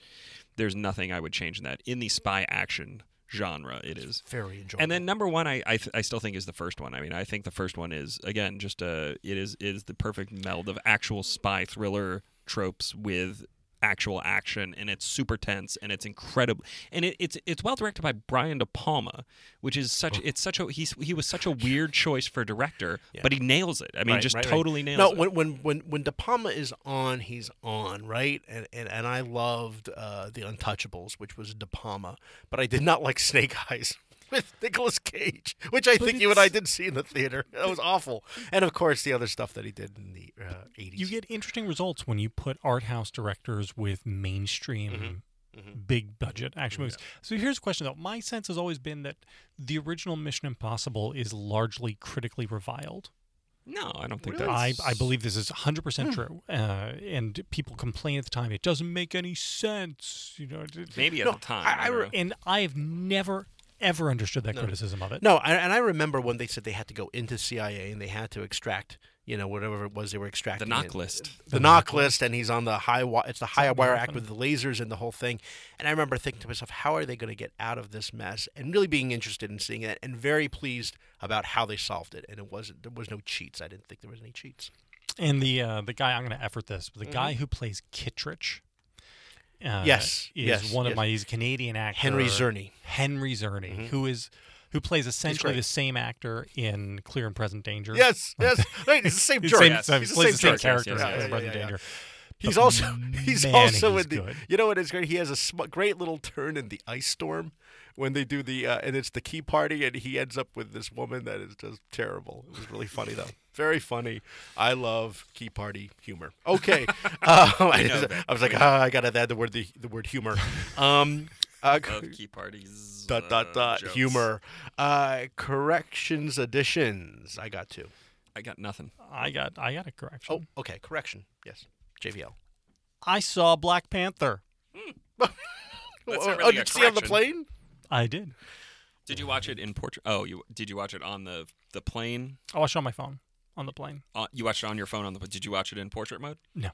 S6: there's nothing I would change in that. In the spy action genre, it is
S4: Very enjoyable.
S6: and then number one, I I, th- I still think is the first one. I mean, I think the first one is again just a it is it is the perfect meld of actual spy thriller tropes with actual action, and it's super tense and it's incredible, and it, it's it's well directed by Brian De Palma, which is such it's such a he's he was such a weird choice for director, but he nails it. I mean,
S4: Right,
S6: just
S4: right, right.
S6: totally nails
S4: no,
S6: it.
S4: when when when when De Palma is on, he's on, right? And and, and I loved uh, the Untouchables, which was De Palma, but I did not like Snake Eyes with Nicolas Cage, which I think you and I did see in the theater. That was awful. And of course, the other stuff that he did in the uh, eighties.
S6: Mm-hmm.
S5: You get interesting results when you put art house directors with mainstream big budget action movies. So here's a question though. My sense has always been that the original Mission Impossible is largely critically reviled.
S6: No, I don't think
S5: I,
S6: that's.
S5: I believe this is 100%
S6: Hmm.
S5: true. Uh, and people complain at the time, it doesn't make any sense. You know, it-
S6: Maybe at the time.
S4: I- I
S6: don't
S4: re-
S6: know.
S5: and I have never ever understood that criticism of it.
S4: No, I, and I remember when they said they had to go into CIA and they had to extract, you know, whatever it was they were
S6: the
S4: extracting.
S6: knock
S4: it.
S6: list.
S4: The
S5: Oh,
S4: knock list, and he's on the high. Wa- it's the high wire act with the lasers and the whole thing. And I remember thinking to myself, how are they going to get out of this mess? And really being interested in seeing that, and very pleased about how they solved it. And it wasn't there was no cheats. I didn't think there was any cheats.
S5: And the uh, the guy I'm going to effort this, but the guy who plays Kittredge, uh,
S4: Mm-hmm. Yes,
S5: is
S4: yes,
S5: one of
S4: yes.
S5: my. He's a Canadian actor,
S4: Henry Zerny. Mm-hmm.
S5: Henry Zerny, who is who plays essentially
S4: great.
S5: the same actor in Clear and Present Danger.
S4: Yes, yes. Right, he's the same
S5: He's
S4: jerk.
S5: same-
S4: Yes,
S5: so he
S4: he's the
S5: plays
S4: same
S5: the same
S4: jerk.
S5: character in
S6: yes,
S5: Clear and
S6: yeah,
S5: Present
S4: yeah, yeah.
S5: Danger.
S4: He's
S5: But
S4: also he's
S5: man,
S4: also
S5: he's
S4: in the
S5: good.
S4: you know what is great he has a sm- great little turn in the ice storm when they do the uh, and it's the key party and he ends up with this woman that is just terrible it was really funny though very funny I love key party humor okay uh, I,
S6: know
S4: just-
S6: that.
S4: I was like ah, I gotta add the word the, the word humor um uh,
S6: Of key parties.
S4: dot dot
S6: uh,
S4: dot
S6: jokes.
S4: humor uh, corrections additions I got two.
S6: I got nothing.
S5: I got I got a correction.
S4: Oh, okay correction yes JVL
S5: I saw Black Panther.
S6: That's
S4: oh,
S6: not
S4: oh,
S6: really a
S4: did you see on the
S6: correction.
S4: plane
S5: I did.
S6: Did you watch it in portrait? Oh, you did you watch it on the the plane?
S5: Oh, I watched it on my phone on the plane.
S6: Uh, you watched it on your phone on the. Did you watch it in portrait mode?
S5: No,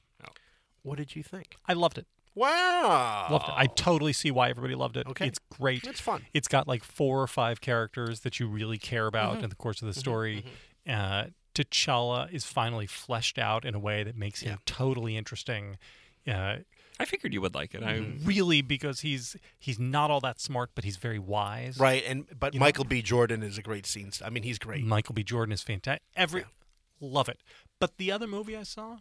S4: what did you think.
S5: I loved it.
S4: Wow.
S5: Loved it. I totally see why everybody loved it.
S4: Oh. Okay.
S5: It's great.
S4: It's fun.
S5: It's got like four or five characters that you really care about
S4: Mm-hmm.
S5: in the course of the story. Uh, T'Challa is finally fleshed out in a way that makes him totally interesting. Uh,
S6: I figured you would like it. I
S4: Mm-hmm.
S5: really, because he's he's not all that smart, but he's very wise.
S4: Right, and but Michael B. Jordan is a great scene. st- I mean, he's great.
S5: Michael B. Jordan is fantastic. Every love it. But the other movie I saw,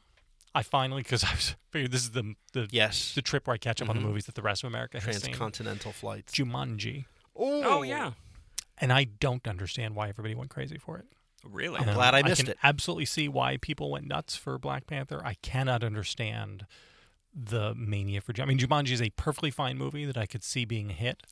S5: I finally because I was figured this is the the
S4: Yes. Mm-hmm.
S5: the trip where I catch up on the movies that the rest of America has seen.
S4: Transcontinental flights.
S5: Jumanji.
S6: oh yeah,
S5: and I don't understand why everybody went crazy for it.
S6: really?
S5: You know,
S4: glad I missed
S5: can
S4: it.
S5: Absolutely see why people went nuts for Black Panther. I cannot understand the mania for. Ju- I mean, Jumanji is a perfectly fine movie that I could see being a hit.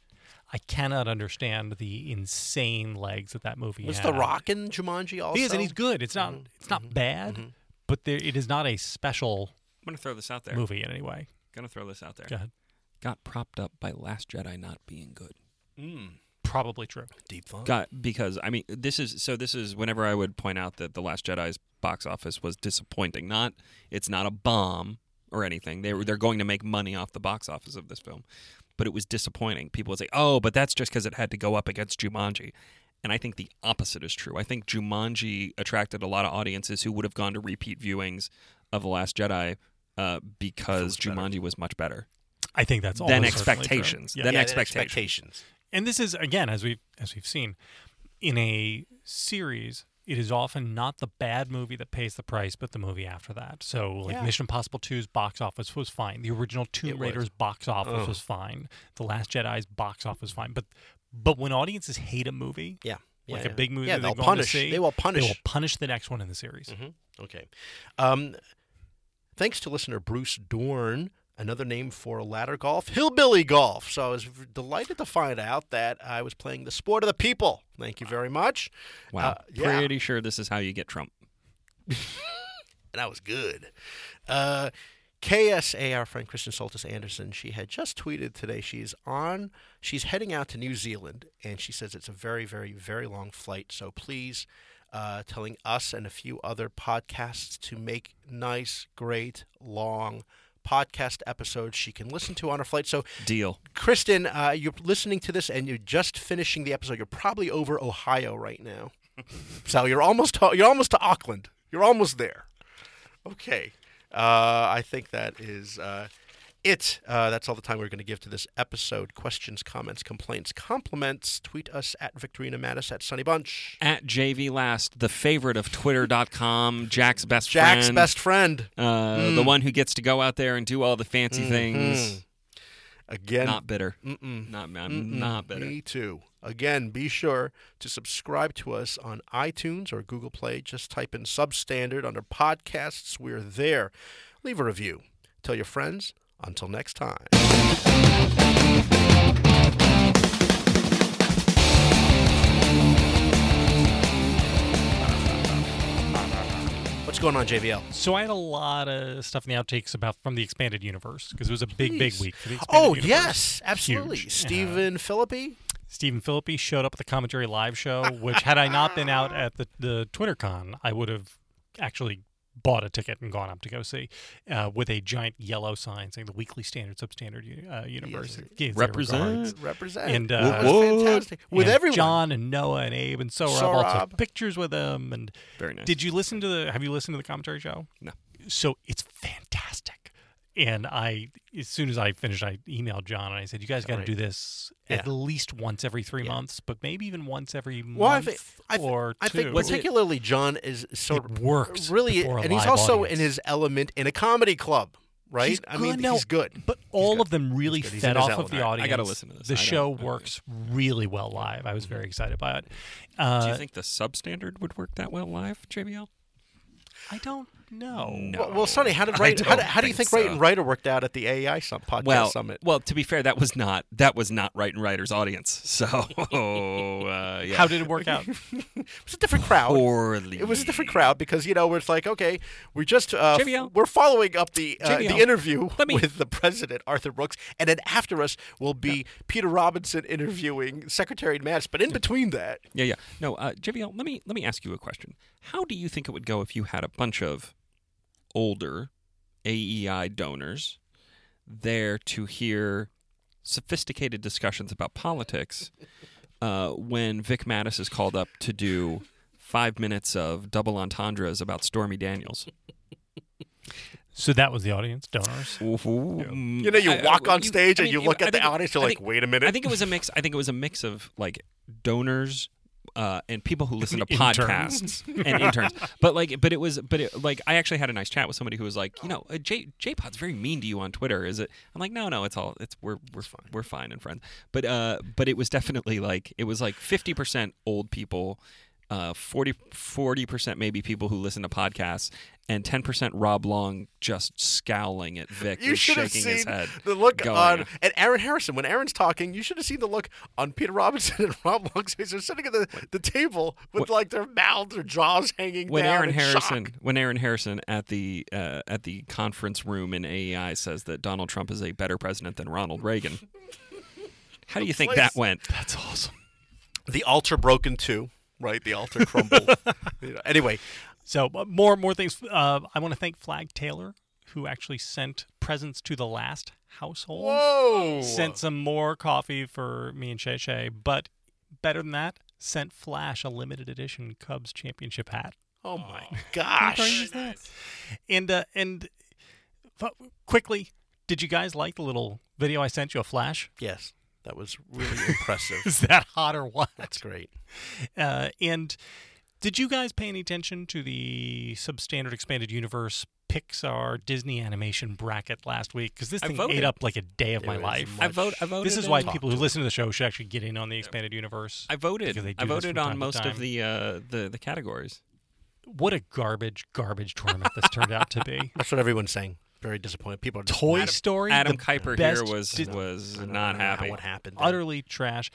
S5: I cannot understand the insane legs that that movie
S4: Was The
S5: has.
S4: Rock in Jumanji also? Mm-hmm.
S5: He is, and he's good. It's not. It's not bad, but there, it is not a special
S6: I'm gonna throw this out there.
S5: movie in any way.
S6: Gonna throw this out there.
S5: Go ahead.
S6: Got propped up by Last Jedi not being good.
S5: Probably true.
S4: Hmm. deep thought.
S6: Got because I mean this is so this is whenever I would point out that the Last Jedi's box office was disappointing. Not it's not a bomb or anything. They were they're going to make money off the box office of this film, but it was disappointing. People would say, "Oh, but that's just because it had to go up against Jumanji." And I think the opposite is true. I think Jumanji attracted a lot of audiences who would have gone to repeat viewings of The Last Jedi uh, because Jumanji was much better
S5: I think that's all
S6: than
S5: that's certainly true.
S6: expectations.
S5: Yeah.
S6: Than
S4: Yeah, then
S6: expectations.
S4: expectations.
S5: and this is again as we've as we've seen in a series it is often not the bad movie that pays the price but the movie after that so like mission impossible 2's box office was fine the original tomb raider's box office was fine the last jedi's box office was fine but but when audiences hate a movie
S4: Yeah. yeah,
S5: like
S4: yeah.
S5: a big movie
S4: Yeah,
S5: that
S4: they'll
S5: they're going
S4: punish.
S5: to see,
S4: They will
S5: they will
S4: punish. Mm-hmm.
S5: punish the next one in the series
S4: Okay. Um, thanks to listener Bruce Dorn, another name for ladder golf, hillbilly golf. So I was delighted to find out that I was playing the sport of the people. Thank you very much.
S6: Wow.
S4: Uh, yeah.
S6: Pretty sure this is how you get Trump.
S4: and I was good. Uh, KSA, our friend Kristen Soltis Anderson, she had just tweeted today. She's on. She's heading out to New Zealand, and she says it's a very, very, very long flight. So please, uh, telling us and a few other podcasts to make nice, great, long podcast episodes she can listen to on her flight. So
S6: Deal.
S4: Kristen, uh, you're listening to this and you're just finishing the episode. You're probably over Ohio right now, so you're almost you're almost to Auckland. You're almost there. Okay, uh, I think that is uh, it. Uh, that's all the time we're going to give to this episode. Questions, comments, complaints, compliments. Tweet us at Victorina Mattis at Sunny Bunch.
S6: at JV Last, the favorite of Twitter.com, Jack's best
S4: Jack's
S6: friend,
S4: best Mm. friend
S6: uh, the one who gets to go out there and do all the fancy
S4: Mm-hmm.
S6: things.
S4: again.
S6: Not bitter. Mm-mm. Not I'm not bitter.
S4: Me too. Again, be sure to subscribe to us on iTunes or Google Play. Just type in substandard under podcasts. We're there. Leave a review. Tell your friends. Until next time. What's going on, JVL?
S5: So I had a lot of stuff in the outtakes about from the expanded universe because it was a big, big
S4: Please.
S5: week for the expanded
S4: Oh
S5: universe.
S4: yes, absolutely.
S5: Huge.
S4: Stephen Philippi.
S5: Stephen Philippi showed up at the commentary live show, which had I not been out at the the TwitterCon, I would have actually bought a ticket and gone up to go see uh, with a giant yellow sign saying the weekly standard substandard uni- uh, universe gives their regards.
S6: Represent.
S4: Represent.
S5: And,
S4: That
S5: uh,
S4: was fantastic. With
S5: And
S4: everyone.
S5: John and Noah and Abe and Sorab, also
S4: Sohrab.
S5: pictures with them. And
S6: Very nice.
S5: did you listen to the? Have you listened to the commentary show?
S6: No.
S5: So it's fantastic. And I, as soon as I finished, I emailed John and I said, "You guys got to do this at
S4: Oh, Yeah.
S5: least once every three months, but maybe even once every
S4: Well, I
S5: month
S4: think, I, thi-
S5: or
S4: I
S5: two.
S4: think particularly John is sort
S5: It
S4: of
S5: works
S4: really,
S5: before a
S4: and he's
S5: live
S4: also
S5: audience.
S4: in his element in a comedy club, right?
S5: He's
S4: I mean,
S5: good, no,
S4: he's good.
S5: But all of them really
S4: good. He's
S5: fed
S4: in his
S5: off of
S4: element.
S5: the
S4: All
S5: audience.
S6: right, I gotta listen to this.
S5: The
S6: I don't-
S5: show
S6: okay.
S5: works really well live. I was very excited by it.
S6: Do you
S5: Uh,
S6: think the substandard would work that well live, JBL?
S5: I don't know.
S4: Well, well, Sonny, how did
S6: I
S4: Wright, how,
S6: don't
S4: did- how do you think
S6: think
S4: Wright
S6: so.
S4: and Ryder worked out at the AEI Sum- podcast
S6: well,
S4: summit?
S6: well. To be fair, that was not that was not Right and Writer's audience. So uh, yeah,
S5: How did it work out?
S4: It was a different crowd.
S6: poorly?
S4: It was a different crowd because you know we're like okay we're just uh,
S6: JBL.
S4: we're following up the uh,
S6: JBL.
S4: the interview
S6: Let me-
S4: with the president Arthur Brooks and then after us will be Peter Robinson interviewing Secretary Matz but in between that
S6: Yeah, yeah. No, uh, JBL, let me let me ask you a question. How do you think it would go if you had a bunch of older AEI donors there to hear sophisticated discussions about politics uh, when Vic Mattis is called up to do five minutes of double entendres about Stormy Daniels?
S5: So that was the audience, donors.
S4: you know you walk on stage and you, look at the audience
S6: audience.
S4: you're like wait a minute
S6: I think it was a mix. I think it was a mix of like donors uh, and people who listen to
S5: Interns.
S6: podcasts and interns. But like, but it was, but it, like, I actually had a nice chat with somebody who was like, you know, uh, J J Pod's very mean to you on Twitter. Is it? I'm like, no, no, it's all, it's we're we're fine, we're fine and friends. But uh, but it was definitely like it was like 50 percent old people. Uh, 40 percent maybe people who listen to podcasts, and ten percent Rob Long just scowling at Vic,
S4: You
S6: and
S4: should have
S6: shaking
S4: seen
S6: his head.
S4: the look
S6: going,
S4: on and Aaron Harrison when Aaron's talking. You should have seen the look on Peter Robinson and Rob Long's face. They're sitting at the, the table with like their mouths or jaws hanging
S6: when
S4: down.
S6: Aaron
S4: in
S6: Harrison
S4: shock.
S6: when Aaron Harrison at the uh, at the conference room in AEI says that Donald Trump is a better president than Ronald Reagan. How do you think that went?
S5: That's awesome.
S4: the altar broken too, right? The altar crumbled. You know, anyway,
S5: So uh, more more things. Uh, I want to thank Flag Taylor, who actually sent presents to the last household.
S4: whoa!
S5: Sent some more coffee for me and Shay Shay, but better than that, sent Flash a limited edition Cubs championship hat.
S4: oh my
S5: great
S4: gosh!
S5: is that? And uh, and f- quickly, did you guys like the little video I sent you? A Flash?
S4: Yes, that was really impressive.
S5: Is that hot or what?
S4: That's great.
S5: Uh, and did you guys pay any attention to the substandard expanded universe Pixar Disney animation bracket last week? Because this
S6: I
S5: thing
S6: voted.
S5: ate up like a day of my
S4: There is
S5: life.
S4: much- I vote- I
S5: This
S6: voted
S5: is why
S6: in-
S5: people who listen to the show should actually get in on the expanded universe.
S6: I
S5: because they
S6: voted.
S5: do
S6: I
S5: this from
S6: voted
S5: time
S6: on
S5: to
S6: most
S5: time.
S6: of the uh, the the categories.
S5: What a garbage, garbage tournament this turned out to be.
S4: That's what everyone's saying. Very disappointed. People are just
S5: Toy
S4: mad at-
S5: Story.
S6: Adam
S5: the
S6: Kuiper
S5: best
S6: here was
S5: Dis-
S6: was
S4: I don't
S6: not
S4: know how-
S6: happy.
S4: What happened? there.
S5: utterly trash.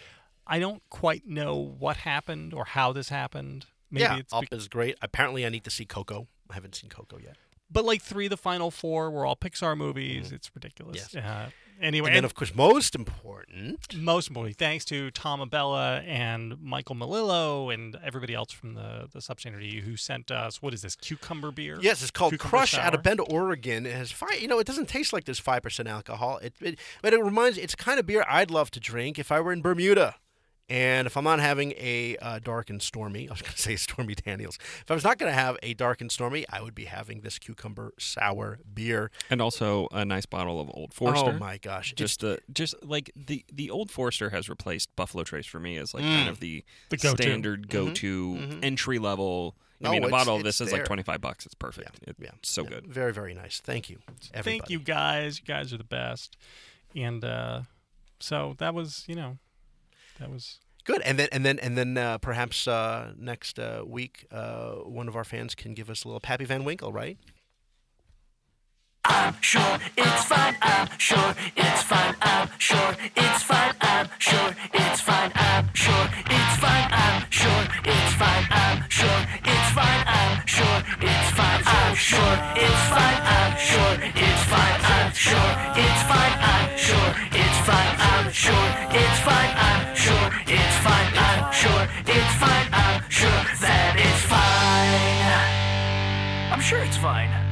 S5: I don't quite know what happened or how this happened. Maybe
S4: yeah,
S5: it's
S4: up
S5: be-
S4: is great. Apparently, I need to see Coco. I haven't seen Coco yet.
S5: but like three of the final four were all Pixar movies. It's ridiculous.
S4: Yes.
S5: Uh, anyway,
S4: And then, of course, most important,
S5: most importantly, thanks to Tom Abella and Michael Melillo and everybody else from the the substandard E who sent us what is this cucumber beer?
S4: Yes, it's called
S5: Cucumber
S4: Crush out
S5: sour?
S4: of Bend, Oregon. It has five. You know, it doesn't taste like there's five percent alcohol. It, it, but it reminds. It's the kind of beer I'd love to drink if I were in Bermuda, and if I'm not having a uh, dark and stormy. I was going to say stormy Daniels. If I was not going to have a dark and stormy, I would be having this cucumber sour beer.
S6: And also a nice bottle of Old Forester.
S4: Oh my gosh! It's-
S6: Just uh, the just like the the Old Forester has replaced Buffalo Trace for me as like
S4: Mm.
S6: kind of the,
S5: The go-to.
S6: standard go to entry level. I
S4: No, Mm-hmm.
S6: mean, a
S4: Oh, it's-
S6: bottle of
S4: it's
S6: this is
S4: there.
S6: like twenty five bucks. It's perfect. It-
S4: yeah,
S6: so
S4: yeah,
S6: good.
S4: Very very nice. Thank you. Everybody.
S5: thank you guys. You guys are the best. And uh, so that was you know that was
S4: Good, and then and then and then uh, perhaps uh, next uh, week uh, one of our fans can give us a little Pappy Van Winkle, right?
S7: I'm sure it's fine. I'm sure it's fine. I'm sure it's fine. I'm sure it's fine. I'm sure it's fine. I'm sure it's fine. I'm sure it's fine. I'm sure it's fine. I'm sure it's fine. I'm sure it's fine. I'm sure it's fine. I'm sure it's fine. I'm sure it's fine. I'm sure it's fine. I'm sure it's fine. I'm sure that it's fine. I'm sure it's fine.